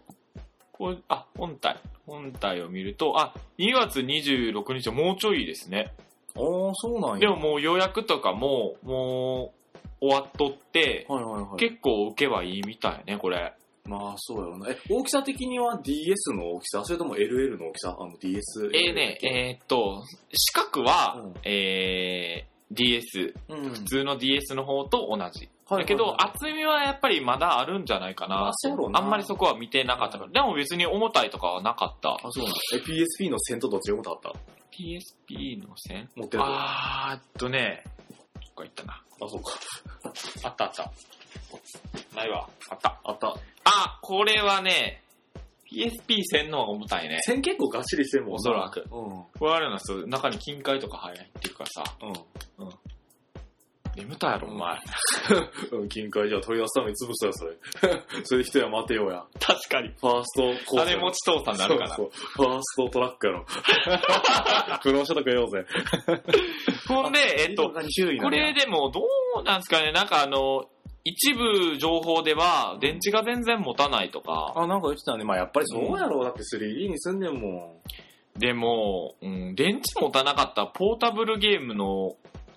Speaker 1: これ、あ、本体。本体を見ると、あ、2月26日、もうちょいですね。
Speaker 2: あー、そうなんや。
Speaker 1: でももう予約とかも、もう、終わっとって、
Speaker 2: はいはいはい。
Speaker 1: 結構受けはいいみたいね、これ。
Speaker 2: まあ、そうやろな。え、大きさ的には DS の大きさそれとも LL の大きさあの
Speaker 1: え
Speaker 2: DS。
Speaker 1: ー、ね、えーっと、四角は、
Speaker 2: うん
Speaker 1: えー、DS、
Speaker 2: うん。
Speaker 1: 普通の DS の方と同じ。
Speaker 2: は
Speaker 1: だけど、厚みはやっぱりまだあるんじゃないか
Speaker 2: ま
Speaker 1: な
Speaker 2: あ。そうやろうな
Speaker 1: あんまりそこは見てなかったから。でも別に重たいとかはなかった。
Speaker 2: あ、そうなんやえ、PSP の線とどっちが重かった
Speaker 1: PSP の線
Speaker 2: 持ってるとあ、
Speaker 1: あーっとね、どっか行ったな。
Speaker 2: そうか。
Speaker 1: あったあった。ないわ。あった。
Speaker 2: あった。
Speaker 1: あ、これはね、PSP 線の方が重たいね。
Speaker 2: 線結構がっしりしてるもんな
Speaker 1: おそらく
Speaker 2: うん。
Speaker 1: これあれなんですよ。中に金塊とか入ってるからさ。
Speaker 2: う
Speaker 1: 眠たいやろ、お前。
Speaker 2: ん。うん、金塊じゃあ取り出すために潰したよ、それ。 (laughs) それ人や待てようや。
Speaker 1: 確かに。
Speaker 2: ファーストコース。
Speaker 1: あれ持ち父さんになるから
Speaker 2: そ。うそう。ファーストトラック
Speaker 1: (laughs)
Speaker 2: やろ。苦労したとか言おうぜ。
Speaker 1: ほんで、えっと、
Speaker 2: 2種類
Speaker 1: こ
Speaker 2: なんや
Speaker 1: れ、でもどうなんですかねなんかあの、一部情報では電池が全然持たないとか、
Speaker 2: あ、なんか言ってたね。まあやっぱりそうやろ。だって 3D に住んでんもん。
Speaker 1: でも、うん、電池持たなかったポータブルゲームの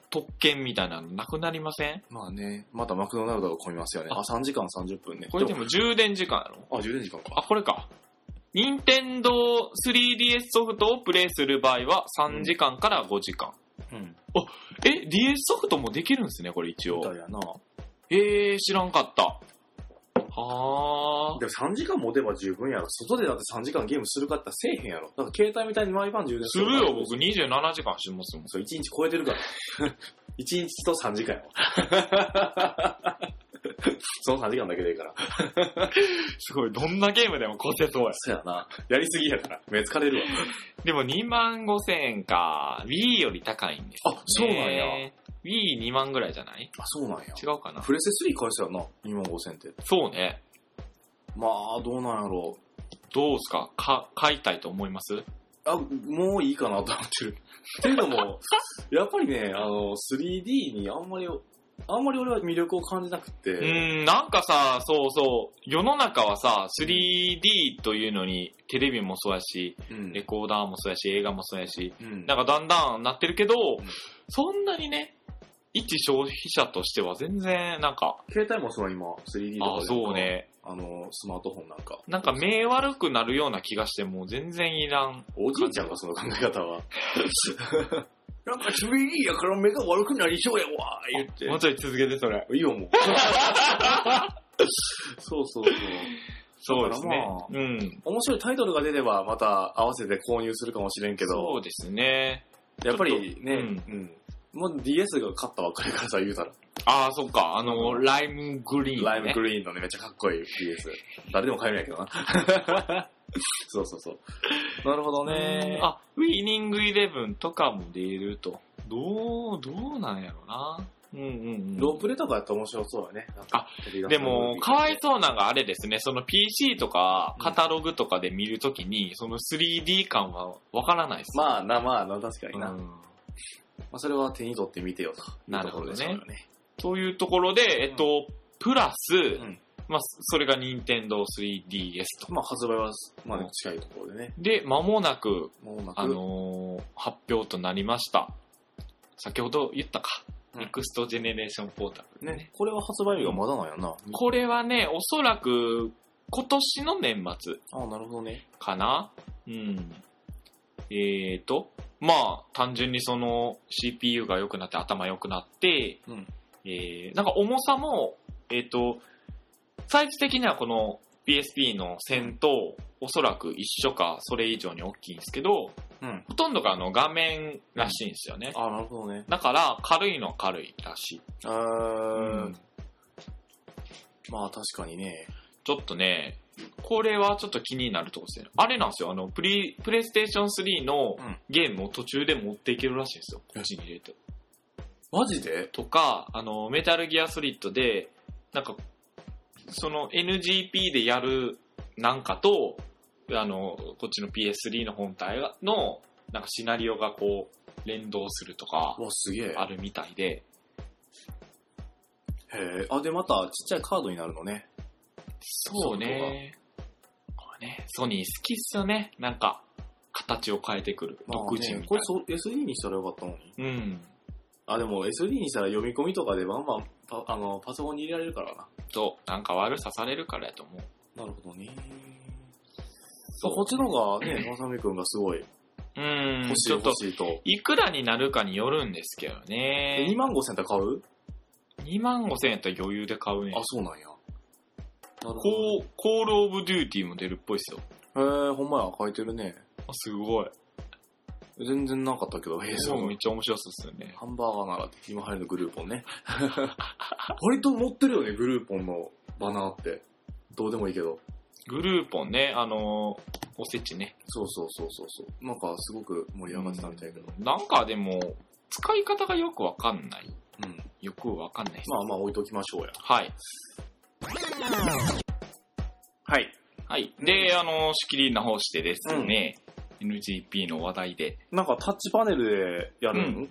Speaker 1: 特権みたいなのなくなりません
Speaker 2: まあね、またマクドナルドが混みますよね。あ、
Speaker 1: あ
Speaker 2: 3時間30分ね。
Speaker 1: これでも充電時間やろ
Speaker 2: あ、充電時間か。
Speaker 1: あ、これか。任天堂 3DS ソフトをプレイする場合は3時間から5時間。
Speaker 2: うん。
Speaker 1: え、DS ソフトもできるんですね、これ一
Speaker 2: みた
Speaker 1: 応。
Speaker 2: いやな。
Speaker 1: へえ、知らんかった。はあ
Speaker 2: で。も3時間持てば十分やろ。外でだって3時間ゲームするかってせえへんやろ。だから携帯みたいに毎晩充電
Speaker 1: するよ、僕
Speaker 2: に。
Speaker 1: 27時間しますもん。
Speaker 2: そう、1日超えてるから。1日と3時間やろ。 (laughs) その3時間だけでいいから。
Speaker 1: すごい、どんなゲームでもこせそうや。
Speaker 2: そうやな。やりすぎやから。目疲れるわ。
Speaker 1: でも2万5千円か。Wii より高いんです、
Speaker 2: あそうなんや。
Speaker 1: Wii2 万ぐらいじゃない
Speaker 2: あ、そうなんや。
Speaker 1: 違うかな。
Speaker 2: プレステ3返すやな。2万5000って。
Speaker 1: そうね。
Speaker 2: まあ、どうなんやろう。
Speaker 1: どうすかか、買いたいと思います
Speaker 2: あ、もういいかなと思ってる。っていうのも、やっぱりね、あの、3D にあんまり、あんまり俺は魅力を感じなくて。
Speaker 1: うーん、なんかさ、そうそう、世の中はさ、3D というのに、テレビもそうやし、
Speaker 2: うん
Speaker 1: レコーダーもそうやし、映画もそうやし、
Speaker 2: うん
Speaker 1: なんかだんだんなってるけど
Speaker 2: ん、
Speaker 1: そんなにね、一消費者としては全然、なんか、
Speaker 2: 携帯もそう今 3D とか
Speaker 1: あ
Speaker 2: で
Speaker 1: そうね、
Speaker 2: あのスマートフォンなんか
Speaker 1: なんか目悪くなるような気がして、もう全然いらん。
Speaker 2: おじいちゃんがその考え方
Speaker 1: (laughs)
Speaker 2: はなんか 3D やから目が悪くなりそうやわ言って
Speaker 1: もうちょい続けて、それ。
Speaker 2: いいよもうそうそうそう
Speaker 1: そうですね
Speaker 2: だか。
Speaker 1: うん。
Speaker 2: 面白いタイトルが出ればまた合わせて購入するかもしれんけ
Speaker 1: そ
Speaker 2: ど
Speaker 1: うですね。
Speaker 2: やっぱりね
Speaker 1: ちょっ
Speaker 2: うん、もう DS が勝ったばっかりからさ言うたら
Speaker 1: ああ、そっか、あの、ライムグリーン、ね。
Speaker 2: ライムグリーンのね、めっちゃかっこいい DS。誰でも買えるんやけどな。
Speaker 1: (laughs)
Speaker 2: そうそうそう。なるほどね。
Speaker 1: あ、ウィーニングイレブンとかも出ると。どう、どうなんやろな。うんうんうん。
Speaker 2: ロープレとかやったら面白そうだね。なんか、
Speaker 1: でも、かわいそうなのがあれですね、その PC とか
Speaker 2: うん
Speaker 1: カタログとかで見るときに、その 3D 感はわからないです。
Speaker 2: まあな、まあな、確か
Speaker 1: う
Speaker 2: にな。ま
Speaker 1: ん、
Speaker 2: あそれは手に取ってみてよと。
Speaker 1: なるほどね
Speaker 2: いうところですよ
Speaker 1: というところで、えっと、プラス、
Speaker 2: ん
Speaker 1: まあ、それが任天堂 3DS と。
Speaker 2: まあ発売は、まあ近いところでね。
Speaker 1: で、間もなく、
Speaker 2: もうなく
Speaker 1: あのー発表となりました。先ほど言ったか。
Speaker 2: うん
Speaker 1: ネクストジェネレーションポータル。
Speaker 2: ね、これは発売日がまだなんやな。
Speaker 1: これはね、おそらく今年の年末
Speaker 2: ああ、なるほどね。
Speaker 1: かなうん。えーと、まあ、単純にその CPU が良くなって頭良くなって、
Speaker 2: うん
Speaker 1: えー、なんか重さも、えーと、サイズ的にはこの PSP の線と、おそらく一緒か、それ以上に大きいんですけど、
Speaker 2: うん。
Speaker 1: ほとんどがあの画面らしいんですよね。
Speaker 2: ああ、なるほどね。
Speaker 1: だから、軽いのは軽いらしい。
Speaker 2: うー
Speaker 1: うん
Speaker 2: ん。まあ確かにね。
Speaker 1: ちょっとね、これはちょっと気になるとこですね。あれなんですよ、あの、プリ、プレイステーション3の
Speaker 2: うん
Speaker 1: ゲームを途中で持っていけるらしいんですよ。こっちに入れて。
Speaker 2: マジで
Speaker 1: とか、あの、メタルギアソリッドで、なんか、その NGP でやるなんかと、あの、こっちの PS3 の本体がの、なんかシナリオがこう、連動するとか
Speaker 2: う、わ、すげえ。
Speaker 1: あるみたいで、
Speaker 2: へえ。あ、で、また、ちっちゃいカードになるのね。
Speaker 1: そうね。これね、ソニー好きっすよね。なんか、形を変えてくる。
Speaker 2: まあね
Speaker 1: 独自みた
Speaker 2: こ
Speaker 1: い
Speaker 2: れそう、SD にしたらよかったのに。
Speaker 1: な。うん。
Speaker 2: あ、でも SD にしたら読み込みとかでバンバンパ、あの、パソコンに入れられるからな。
Speaker 1: と、なんか悪さされるからやと思う。
Speaker 2: なるほどね。そう、こっちの方がね、まさみくんがすごい、
Speaker 1: うん、
Speaker 2: 欲しい
Speaker 1: ちょっと
Speaker 2: 欲、しいと。
Speaker 1: いくらになるかによるんですけど
Speaker 2: え、
Speaker 1: ね
Speaker 2: 2。万5千円って買う
Speaker 1: 2万5千円やったら余裕で買うね
Speaker 2: あ、。そうなんや。なるほど。
Speaker 1: こう、コールオブデューティーも出るっぽいっすよ。
Speaker 2: へえ、ほんまや、書いてるね。
Speaker 1: あ、すごい。
Speaker 2: 全然なかったけど、へえ、
Speaker 1: そ、
Speaker 2: そうう
Speaker 1: めっ。ちゃ面白そうっすよね。
Speaker 2: ハンバーガーなら、今入るのグルーポ (laughs) ンね。割と持ってるよね、グルーポンのバナーって。どうでもいいけど。
Speaker 1: グルーポンね、あのーおせちね。
Speaker 2: そうそうそうそうそう。なんかすごく盛り上がってたみたいだけど。
Speaker 1: なんかでも、使い方がよくわかんない。
Speaker 2: うん。
Speaker 1: よくわかんないっす
Speaker 2: まあまあ置いときましょうや。
Speaker 1: はい。
Speaker 2: はい。
Speaker 1: はい。で、あの、仕切り直してですね、NGP の話題で。
Speaker 2: なんかタッチパネルでやるの、
Speaker 1: う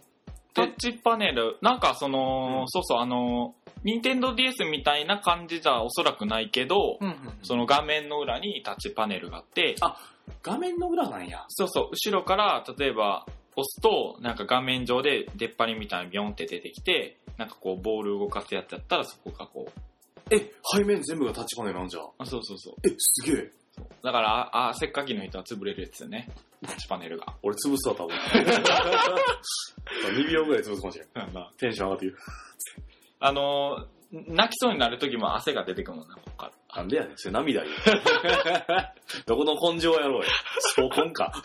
Speaker 1: タッチパネル、なんかその、
Speaker 2: うん
Speaker 1: そうそう、あの、Nintendo DS みたいな感じじゃおそらくないけど、
Speaker 2: うんうん
Speaker 1: その画面の裏にタッチパネルがあって、
Speaker 2: あ画面の裏なんや。
Speaker 1: そうそう、後ろから、例えば、押すと、なんか画面上で出っ張りみたいにビョンって出てきて、なんかこうボール動かすやつだったらそこがこう、
Speaker 2: え、背面全部がタッチパネルなんじゃ。
Speaker 1: あ、そうそうそう。
Speaker 2: え、すげえ。
Speaker 1: だから、あ、あせっかきの人は潰れるやつよね。タッチパネルが。
Speaker 2: (laughs) 俺潰すわ、多分。2秒ぐらい潰すかもしれん。テンション上がってる。
Speaker 1: あのー泣きそうになる時も汗が出てくるもんな、こっから。
Speaker 2: なんでやねん、それ涙や。どこの根性やろうや。小根か。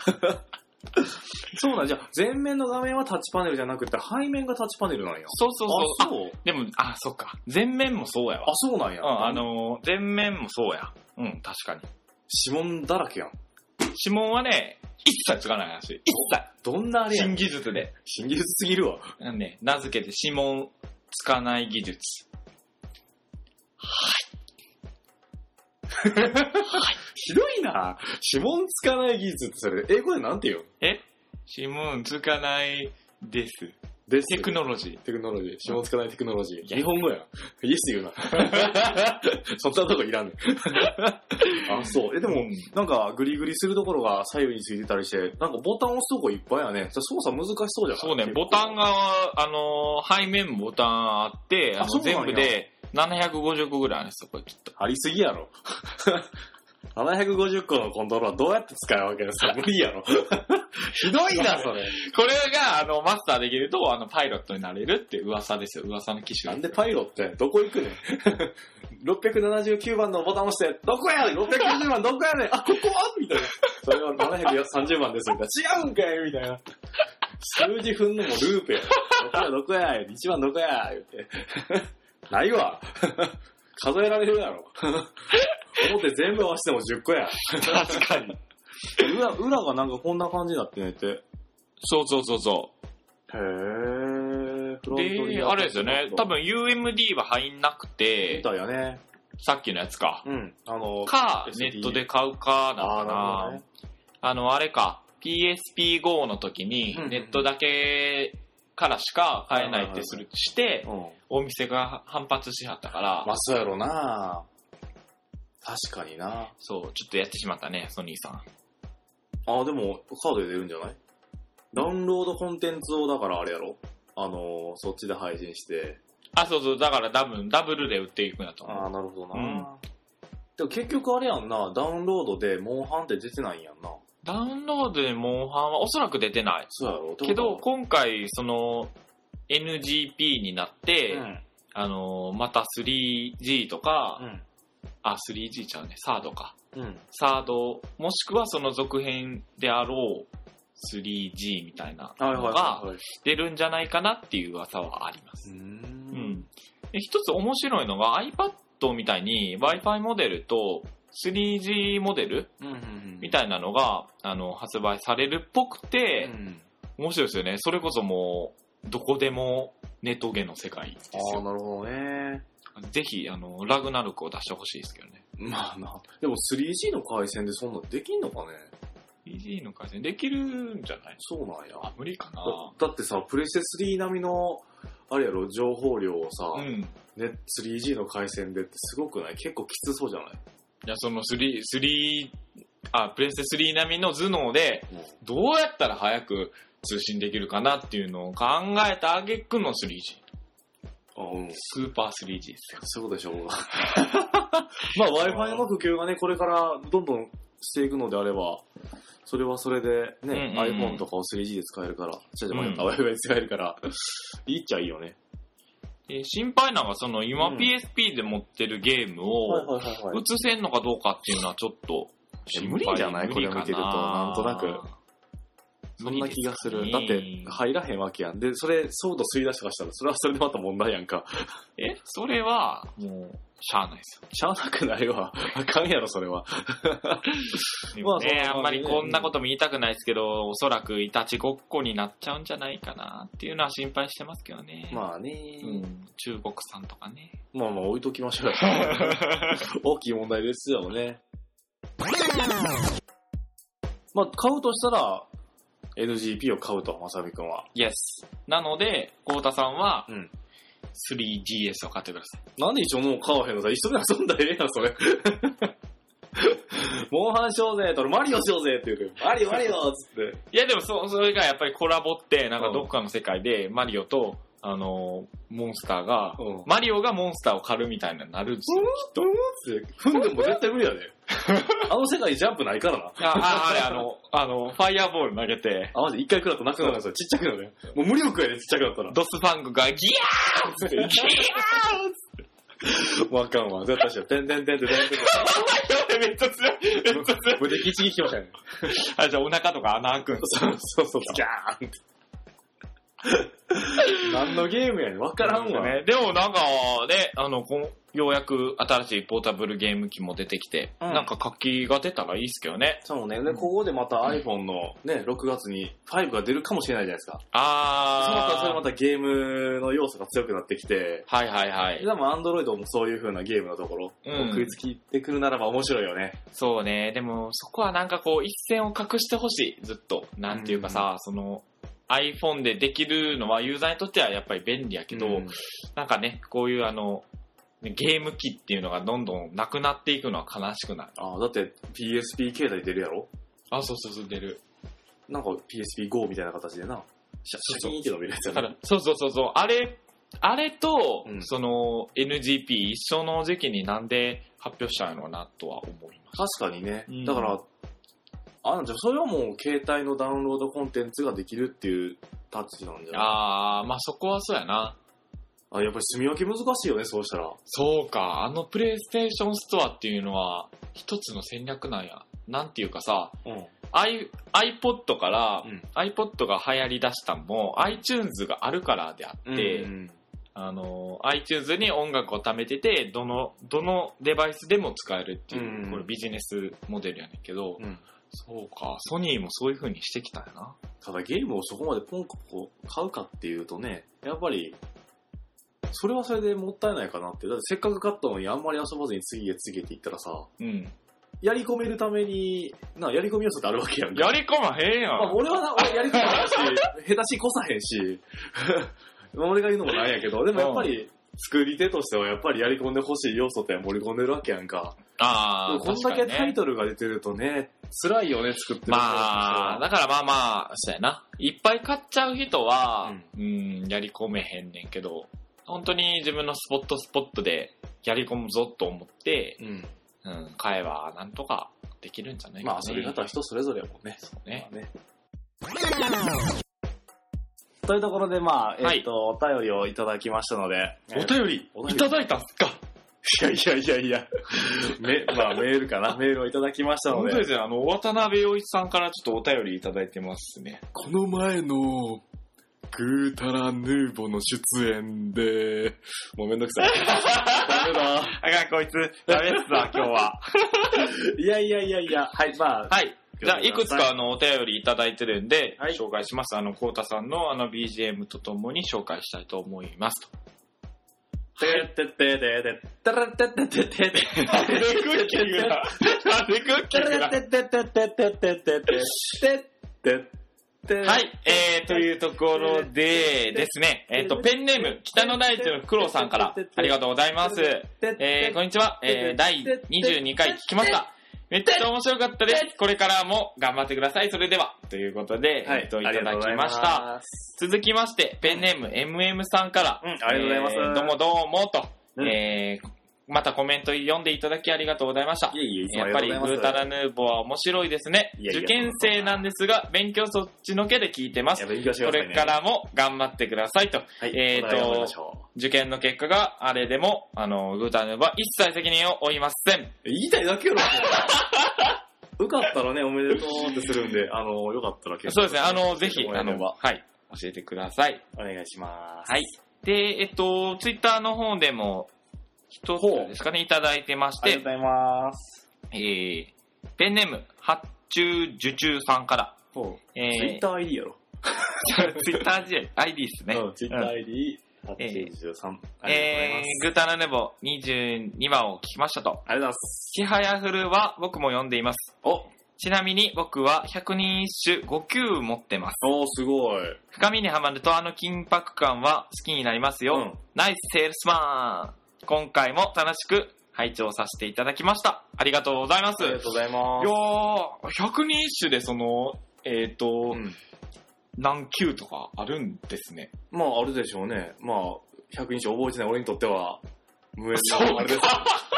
Speaker 2: そうなんじゃあ、前面の画面はタッチパネルじゃなくて、背面がタッチパネルなんや。
Speaker 1: そうそうそう。
Speaker 2: あ、そう
Speaker 1: あでも、あ、そっか。前面もそうやわ
Speaker 2: あ、。そうなんや。
Speaker 1: うん、あ、のー前面もそうや。うん、確かに。
Speaker 2: 指紋だらけやん。
Speaker 1: 指紋はね、一切つかないらしい。一
Speaker 2: どんなあれ
Speaker 1: 切。
Speaker 2: やん
Speaker 1: 新。技術で。
Speaker 2: 新技術すぎるわ。
Speaker 1: なんで、名付けて指紋つかない技術。
Speaker 2: ひどいな。指紋つかない技術ってそれ、英語でなんて言うの
Speaker 1: 指紋つかないです。
Speaker 2: です
Speaker 1: テクノロジー。
Speaker 2: テクノロジー。指紋つかないテクノロジー。
Speaker 1: や
Speaker 2: 日本語や。イエス (laughs) 言うな。そんなとこいらん (laughs) ねん。あ、そう。え、でも、なんか、グリグリするところが左右についてたりして、なんかボタン押すとこいっぱいやね。じゃあ操作難しそうじゃん。
Speaker 1: そうね、ボタン。が、あのー背面ボタンあって、あ
Speaker 2: あ
Speaker 1: の
Speaker 2: そうなんや
Speaker 1: 全部で750個ぐらいあるんですよ、これきっと。
Speaker 2: ありすぎやろ。750個のコントローラーどうやって使うわけです (laughs) か無理やろ。ひどいな、それ。
Speaker 1: これが、あの、マスターできると、あの、パイロットになれるって噂ですよ、噂の機種
Speaker 2: なんでパイロットやどこ行くねん。679番のボタン押して、どこや !690 番どこやねんあ、ここはみたいな。それは730番ですみたいな。違うんかいみたいな。数字踏んのもループや。どこやどこや ?1 番どこや言って。 (laughs) ないわ。 (laughs) 数えられるやろ。 (laughs) 表全部合わせても10個や。
Speaker 1: 確かに。
Speaker 2: 裏、裏がなんかこんな感じになってねって。へ
Speaker 1: そうそうそうそう。
Speaker 2: ー。フロントに
Speaker 1: で、あれですよね、多。分 UMD は入んなく
Speaker 2: み
Speaker 1: て、
Speaker 2: たいやね。
Speaker 1: さっきのやつか。
Speaker 2: うん。あの、
Speaker 1: か、
Speaker 2: SD
Speaker 1: ネットで買うかだか
Speaker 2: あーなるほど
Speaker 1: ら
Speaker 2: ね、
Speaker 1: あの、あれか、PSP-GO の時に
Speaker 2: うんうんう、ん
Speaker 1: ネットだけからしか買えないってする、して、
Speaker 2: うん。
Speaker 1: お店が反発しはったから、
Speaker 2: まあ、そうやろな確かにな
Speaker 1: そう、ちょっとやってしまったね、ソニーさん。
Speaker 2: あ、でも、カードで出るんじゃないダウンロードコンテンツを、だからあれやろあのーそっちで配信して。
Speaker 1: あ、そうそう、だから多分、ダブルで売っていくんだと思う。
Speaker 2: あ、なるほどな、
Speaker 1: うん
Speaker 2: でも結局あれやんな、ダウンロードでモンハンって出てないんやんな。
Speaker 1: ダウンロードでモンハンはおそらく出てない。
Speaker 2: そうやろ
Speaker 1: けど、今回、その、NGP になって、
Speaker 2: うん。
Speaker 1: あのー、また 3G とか、
Speaker 2: うん。
Speaker 1: あ、3G ちゃうね、サードか。
Speaker 2: うん。
Speaker 1: サード、もしくはその続編であろう 3G みたいな
Speaker 2: はいはい
Speaker 1: の
Speaker 2: はい
Speaker 1: が
Speaker 2: はい。
Speaker 1: 出るんじゃないかなっていう噂はあります。
Speaker 2: うー。
Speaker 1: うんん。で一つ面白いのが iPad みたいに Wi-Fi モデルと 3G モデル
Speaker 2: うん。うん
Speaker 1: み
Speaker 2: い
Speaker 1: たいなのが、あの、発売されるっぽくて、面白いですよね。それこそもう、どこでもネトゲの世界です
Speaker 2: ああ、
Speaker 1: よ。
Speaker 2: なるほどね。
Speaker 1: ぜひ、あの、ラグナルクを出してほしいですけどね。
Speaker 2: まあな。でも 3G の回線でそんなできんのかね
Speaker 1: 3G の回線できるんじゃない
Speaker 2: そうなんや。
Speaker 1: あ、無理かな
Speaker 2: だだってさ、プレステ3並みの、あれやろ、情報量をさ、
Speaker 1: うん。
Speaker 2: ね、3G の回線でってすごくない結構きつそうじゃない
Speaker 1: いや、その3、3、あ、プレステ3並みの頭脳で、どうやったら早く通信できるかなっていうのを考えた挙句の 3G。
Speaker 2: あ、うん。
Speaker 1: スーパー 3G ですよ。
Speaker 2: そうでしょうが。まあ Wi-Fi の普及がね、これからどんどんしていくのであれば、それはそれでね、
Speaker 1: うんうんうん
Speaker 2: iPhone とかを 3G で使えるから、じゃじゃ
Speaker 1: うん
Speaker 2: Wi-Fi で使えるから、いいっちゃいいよね。
Speaker 1: で心配なのが、その今
Speaker 2: うん
Speaker 1: PSP で持ってるゲームを、
Speaker 2: はいはい
Speaker 1: 映せんのかどうかっていうのはちょっと心配、
Speaker 2: 無理じゃない
Speaker 1: 無理か
Speaker 2: これ見てるとなんとなくそ
Speaker 1: 無
Speaker 2: ん
Speaker 1: 理
Speaker 2: な
Speaker 1: です
Speaker 2: 気がする。
Speaker 1: ね
Speaker 2: だって、入らへんわけやん。で、それ、ソード吸い出しとかしたら、それはそれでまた問題やんか。
Speaker 1: え、それは、もう、しゃあないですよ。
Speaker 2: しゃあなくないわ。あかんやろ、それは。
Speaker 1: で
Speaker 2: まあ
Speaker 1: も
Speaker 2: そんな感
Speaker 1: ね、
Speaker 2: じ
Speaker 1: あんまりこんなことも言いたくないですけど、おそらくいたちごっこになっちゃうんじゃないかなっていうのは心配してますけどね。
Speaker 2: まあね、
Speaker 1: うん、中国産とかね。
Speaker 2: まあまあ置いときましょ
Speaker 1: (laughs)
Speaker 2: うよ。大きい問題ですよね。まあ、買うとしたら、NGP を買うと、まさみくんは。
Speaker 1: Yes。なので、コウタさんは、
Speaker 2: うん
Speaker 1: 3GS を買ってください。 (laughs)
Speaker 2: なんで一応もう買わへんのさ、一緒に遊んだらええやん、それ。モンハンしようぜとマリオしようぜって言うて、マリオマリオっつって。
Speaker 1: いやでもそ、それがやっぱりコラボって、なんかどっかの世界でマリオと、あのーモンスターが、
Speaker 2: うん。
Speaker 1: マリオがモンスターを狩るみたいなのになるんです
Speaker 2: うん
Speaker 1: よ。
Speaker 2: っつって、踏んでも絶対無理やで。あの世界にジャンプないからな。
Speaker 1: ああ、あれ、あの、あの、ファイアボール投げて、
Speaker 2: あ、マジで一回食らったらなくなるんですよ。ちっちゃくなるね。もう無力やで、ちっちゃくなったら。
Speaker 1: ドスファングがギャーっつって、ギャーっつ
Speaker 2: わかんわ。絶対しよう。てんてんてんてんてんてん。
Speaker 1: って、めっちゃ強い、めっちゃ強い。
Speaker 2: 無敵一撃来ましたね。
Speaker 1: あ、じゃあお腹とか穴開くんです
Speaker 2: そうそうそう。ギャーンって。何のゲームやねん。わからんわ。
Speaker 1: ね。でもなんか、ね、あの、こんようやく新しいポータブルゲーム機も出てきて、
Speaker 2: うん
Speaker 1: なんか活気が出たらいいっすけどね。
Speaker 2: そうね。で、ここでまた iPhone のね、6月に5が出るかもしれないじゃないですか。そうなったらそれま
Speaker 1: あ
Speaker 2: たゲームの要素が強くなってきて、
Speaker 1: ー。はいはいはい。
Speaker 2: でもアンドロイドもそういう風なゲームのところ、
Speaker 1: うん
Speaker 2: 食いつきってくるならば面白いよね。
Speaker 1: そうね。でも、そこはなんかこう、一線を隠してほしい。ずっと。なんていうかさ、その、iPhone でできるのはユーザーにとってはやっぱり便利やけど、
Speaker 2: うん
Speaker 1: なんかね、こういうあの、ゲーム機っていうのがどんどんなくなっていくのは悲しくない。
Speaker 2: ああ、だって PSP 携帯出るやろ
Speaker 1: あ、そうそうそう、出る。
Speaker 2: なんか PSP-GO みたいな形でな、シャシャキーンって伸びるやつ
Speaker 1: だ
Speaker 2: や
Speaker 1: か
Speaker 2: な
Speaker 1: ら、そうそうそうそう、あれ、あれと、
Speaker 2: うん
Speaker 1: その NGP 一緒の時期になんで発表したんやろうなとは思います。
Speaker 2: 確かにね
Speaker 1: うん。
Speaker 2: だから、あ、じゃあそれはもう携帯のダウンロードコンテンツができるっていうタッチなんじゃない
Speaker 1: あー、まあそこはそうやな。
Speaker 2: あ、やっぱり住み分け難しいよね、そうしたら。
Speaker 1: そうか、あのプレイステーションストアっていうのは一つの戦略なんや。なんていうかさ、
Speaker 2: うん。
Speaker 1: I、iPod から、
Speaker 2: うん
Speaker 1: iPod が流行り出したのも iTunes があるからであって、
Speaker 2: うん
Speaker 1: あの、iTunes に音楽を貯めてて、どの、どのデバイスでも使えるっていう、
Speaker 2: うん
Speaker 1: これビジネスモデルやねんけど、
Speaker 2: うん
Speaker 1: そうか、ソニーもそういう風にしてきたんやな。
Speaker 2: ただゲームをそこまでポンコポン買うかっていうとね、やっぱり、それはそれでもったいないかなって。だってせっかく買ったのにあんまり遊ばずに次へ次へって言ったらさ、
Speaker 1: うん。
Speaker 2: やり込めるために、な、やり込み要素ってあるわけやんか。
Speaker 1: やり込まへんや
Speaker 2: まあ、
Speaker 1: ん。
Speaker 2: 俺はな、俺やり込ま (laughs) ないし、下手しこさへんし、 (laughs) 俺が言うのもなんやけど、でもやっぱり、作り手としてはやっぱりやり込んでほしい要素って盛り込んでるわけやんか。
Speaker 1: ああ、
Speaker 2: でもこんだけ
Speaker 1: 確か
Speaker 2: タ
Speaker 1: に
Speaker 2: イ
Speaker 1: ね
Speaker 2: トルが出てるとね、辛いよね、作ってる人として
Speaker 1: まあ、
Speaker 2: は
Speaker 1: だからまあまあ、そうやな。いっぱい買っちゃう人は、うん、やり込めへんねんけど、本当に自分のスポットスポットでやり込むぞと思って、
Speaker 2: うん。
Speaker 1: うん、買えばなんとかできるんじゃないか
Speaker 2: まあ、遊び方は人それぞれやもんね。
Speaker 1: そうね。
Speaker 2: ね。というところで、まあ、えっ、
Speaker 1: はい
Speaker 2: と、お便りをいただきましたので。
Speaker 1: り
Speaker 2: お便り
Speaker 1: いただいたんすか
Speaker 2: いやいやいやいや。め、まあ、メールかな。メールをいただきましたの
Speaker 1: 本当
Speaker 2: で
Speaker 1: で。すね、あの、渡辺陽一さんからちょっとお便りいただいてますね。
Speaker 2: この前の、ぐーたらヌーボの出演で、もうめんどくさい。ダメだ。
Speaker 1: あかん、こいつ、ダメっすわ、今日は。
Speaker 2: いやいやいやいや。はい、まあ。
Speaker 1: はい。じゃあ、いくつかあの、お便りいただいてるんで、
Speaker 2: はい
Speaker 1: 紹介します。あの、こうたさんのあの、BGM とともに紹介したいと思います。
Speaker 2: てってっててて、たらてってっててて。
Speaker 1: なんでクッキングだなんでクッキングだ
Speaker 2: てってってててててて。てってって。
Speaker 1: はい、えー、というところでですね、えっ、と、ペンネーム、北の大地の黒さんから、ありがとうございます。えー、こんにちは、えー、第22回聞きました。めっちゃ面白かったです。これからも頑張ってください。それでは、ということで、
Speaker 2: は
Speaker 1: え
Speaker 2: い
Speaker 1: っ、と、い
Speaker 2: あ
Speaker 1: た
Speaker 2: り
Speaker 1: だ
Speaker 2: がとうご
Speaker 1: き
Speaker 2: ざい
Speaker 1: ま
Speaker 2: ま
Speaker 1: し。
Speaker 2: した
Speaker 1: 続きまして、ペンネーム MM さんから、
Speaker 2: うんありがとうございます
Speaker 1: えーどうもどうもと、
Speaker 2: うん
Speaker 1: えー、またコメント読んでいただきありがとうございました。
Speaker 2: いえいえ、いつ
Speaker 1: や
Speaker 2: もあ
Speaker 1: っ
Speaker 2: り
Speaker 1: ぱ
Speaker 2: がとう
Speaker 1: り
Speaker 2: ご
Speaker 1: グ
Speaker 2: ざ
Speaker 1: ー
Speaker 2: います。
Speaker 1: タラヌーボーは面白いですね。
Speaker 2: いやいや
Speaker 1: 受験生なんですが、勉強そっちのけで聞いてます。
Speaker 2: や勉強して
Speaker 1: こ
Speaker 2: くださ
Speaker 1: れ
Speaker 2: いね
Speaker 1: からも頑張ってくださいと。
Speaker 2: はい、
Speaker 1: えーと
Speaker 2: お題を読みましょ
Speaker 1: 受験の結果があれでも、あの、グータヌーボーは一切責任を負いません。
Speaker 2: う言いたいだけやろ。 (laughs) 受かったらね、おめでとうってするんで、あの、よかったら結構
Speaker 1: そうですね、あの、ぜひ、
Speaker 2: お
Speaker 1: あ
Speaker 2: 願い
Speaker 1: の、
Speaker 2: しま
Speaker 1: はい、教えてください。
Speaker 2: すお願いします。
Speaker 1: はい。で、えっと、ツイッターの方でも、一つですかね、いただいてまし
Speaker 2: ありが
Speaker 1: て
Speaker 2: とうご、ざいます。
Speaker 1: えー、ペンネーム、発注受注さんから、
Speaker 2: ほう。
Speaker 1: え
Speaker 2: ツイッター ID やろ。
Speaker 1: ー、 (laughs) ツイッター ID ですね。
Speaker 2: うん、ツイッター ID、823。ありがとうござい
Speaker 1: え
Speaker 2: ます。
Speaker 1: ー、グータラネボ22話を聞きましたと。
Speaker 2: ありがとうございます。
Speaker 1: ちはやふるは僕も読んでいます。
Speaker 2: お
Speaker 1: ちなみに僕は100人一首5級持ってます。
Speaker 2: おー、すごい。
Speaker 1: 深みにはまるとあの緊迫感は好きになりますよ。
Speaker 2: うん
Speaker 1: ナイスセールスマン今回も楽しく拝聴させていただきました。ありがとうございます。
Speaker 2: ありがとうございま
Speaker 1: いやー、百人一首でその、えっ、と、
Speaker 2: うん
Speaker 1: 何級とかあるんですね。
Speaker 2: す。まあ、あるでしょうね。まあ、100日覚えてない俺にとっては、無縁
Speaker 1: そう
Speaker 2: の、あれです。 (laughs)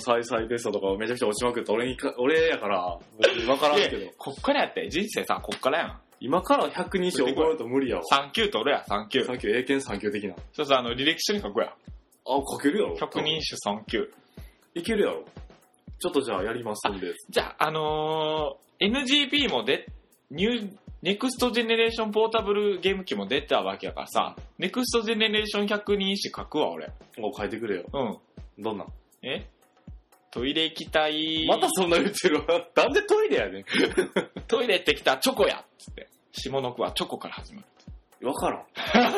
Speaker 2: 再々テストとかをめちゃくちゃ落ちまくって、俺にか、俺やから、僕今からですけ
Speaker 1: い
Speaker 2: ど
Speaker 1: や、こっからやって、人生さ、こっからやん。
Speaker 2: 今から100日覚えると無理やわ。
Speaker 1: 3級と俺や、3級。
Speaker 2: 3級、英検3級的な。
Speaker 1: そうそう、あの、履歴書に書くや。
Speaker 2: あ、書けるやろ。
Speaker 1: 百人一首3級。
Speaker 2: いけるやろ。ちょっとじゃあやりますんで。
Speaker 1: じゃあ、あのー NGP もで、ニュー、ネクストジェネレーションポータブルゲーム機も出たわけやからさ、ネクストジェネレーション100人一首書くわ、俺。
Speaker 2: もう書いてくれよ。
Speaker 1: うん。
Speaker 2: どんなん
Speaker 1: えトイレ行きたい。
Speaker 2: またそんな言ってるわ。 (laughs) なんでトイレやね
Speaker 1: トイレ行ってきたチョコやっつって。下の句はチョコから始まる。
Speaker 2: ん。わ (laughs) からん。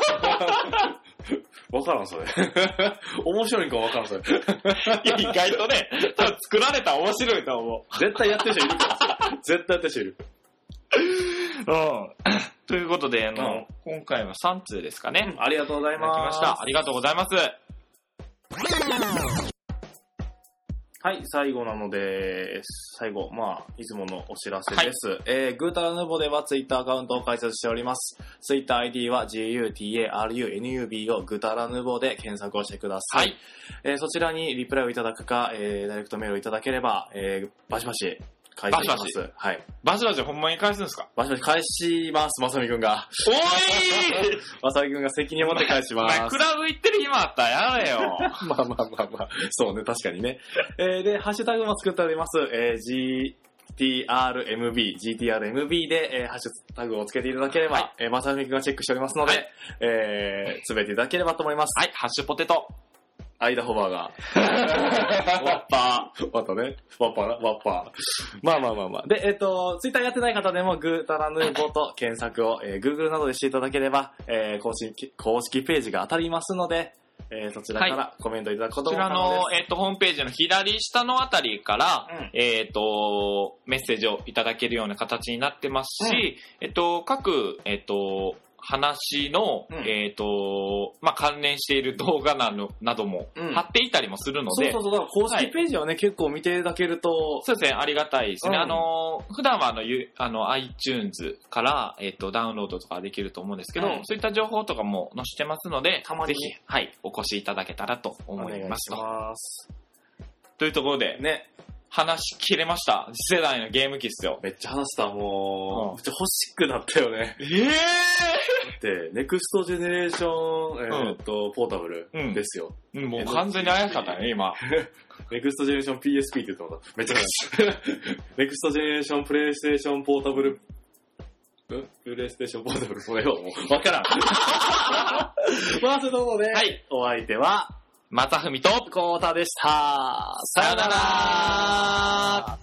Speaker 2: わからん、それ。面白いんかわからん、それ。
Speaker 1: いや、 (laughs) 意外とね、多分作られたら面白いと思
Speaker 2: 絶対やってる人いるから。絶対やってる人いる。
Speaker 1: う。うん。 (coughs) ということで、あの、今回は3通ですかね。い
Speaker 2: ありがとうござい
Speaker 1: ただきま
Speaker 2: ま
Speaker 1: し。
Speaker 2: したた
Speaker 1: あ。りがとうございます。
Speaker 2: はい、最後なので、最後、まあ、いつものお知らせです。えー、グータラヌボではツイッターアカウントを開設しております。ツイッター ID は GUTARUNUBO グータラヌボで検索をしてくださ
Speaker 1: は
Speaker 2: い。
Speaker 1: い。
Speaker 2: えーそちらにリプライをいただくか、えーダイレクトメールをいただければ、えーバシバシ返します。
Speaker 1: バシ
Speaker 2: はい。
Speaker 1: バジバジほんまに返すんですか
Speaker 2: バシバシ返します、まさみくんが。
Speaker 1: おいー
Speaker 2: まさみくんが責任を持って返し
Speaker 1: お
Speaker 2: ま
Speaker 1: 前、
Speaker 2: す
Speaker 1: ク。ラブ行ってる今あったらやれよ。
Speaker 2: (laughs) まあまあまあまあ、そうね、確かにね。えーで、ハッシュタグも作っております。えー GTRMB、GTRMB で、えーハッシュタグをつけていただければ、
Speaker 1: はい
Speaker 2: えーまさみくんがチェックしておりますので、
Speaker 1: はい
Speaker 2: えーつぶやいていただければと思います。
Speaker 1: はい、ハッシュポテト。
Speaker 2: アイダホバーが。
Speaker 1: ワッパ
Speaker 2: またね。ワッパーな、ワッパー。まあまあまあまあ。で、えっ、と、ツイッターやってない方でも、グータラヌーボと検索を、えー、Google などでしていただければ、えー公式、公式ページが当たりますので、えーそちらか
Speaker 1: は
Speaker 2: らコメントいただくこ
Speaker 1: ーことち
Speaker 2: も可
Speaker 1: ら
Speaker 2: 能です。
Speaker 1: の、えっ、と、ホームページの左下のあたりから、
Speaker 2: うん
Speaker 1: えっ、と、メッセージをいただけるような形になってますし、
Speaker 2: う
Speaker 1: えっ、と、各、えっ、と、話の、
Speaker 2: うん
Speaker 1: えっ、と、まあ、関連している動画なの、なども
Speaker 2: うん
Speaker 1: 貼っていたりもするの
Speaker 2: そう
Speaker 1: で、
Speaker 2: そうそう、だから公式ページをね、結構見ていただけると、
Speaker 1: そうですね、ありがたいですね。
Speaker 2: うん
Speaker 1: あの、普段はあの、ゆあの iTunes から、えっ、と、ダウンロードとかできると思うんですけど、
Speaker 2: うん
Speaker 1: そういった情報とかも載せてますので、
Speaker 2: たま
Speaker 1: ぜ
Speaker 2: に
Speaker 1: ひ、はい、お越しいただけたらと
Speaker 2: お
Speaker 1: 思
Speaker 2: 願い
Speaker 1: い
Speaker 2: し
Speaker 1: ますと。
Speaker 2: ます。
Speaker 1: というところで、
Speaker 2: ね、
Speaker 1: 話し切れました。次世代のゲーム機っすよ。
Speaker 2: めっちゃ話した、
Speaker 1: う
Speaker 2: も
Speaker 1: ん
Speaker 2: う、めっちゃ欲しくなった
Speaker 1: (laughs)
Speaker 2: よね。
Speaker 1: ええ
Speaker 2: で、ネクストジェネレーション、えーっと、ポータブ
Speaker 1: うん
Speaker 2: ルですよ。
Speaker 1: うん (laughs) もう完全に怪しかったね、
Speaker 2: (laughs)
Speaker 1: 今。
Speaker 2: ネクストジェネレーション PSP って言ってもらった。めっちゃ話した。ネクストジェネレーションプレイステーションポータブル、んプレイステーションポータブル、それをもう、わからん。まあ、そういうところで、
Speaker 1: はい。
Speaker 2: お相手は、
Speaker 1: まさふみと、
Speaker 2: コータでした。
Speaker 1: さよなら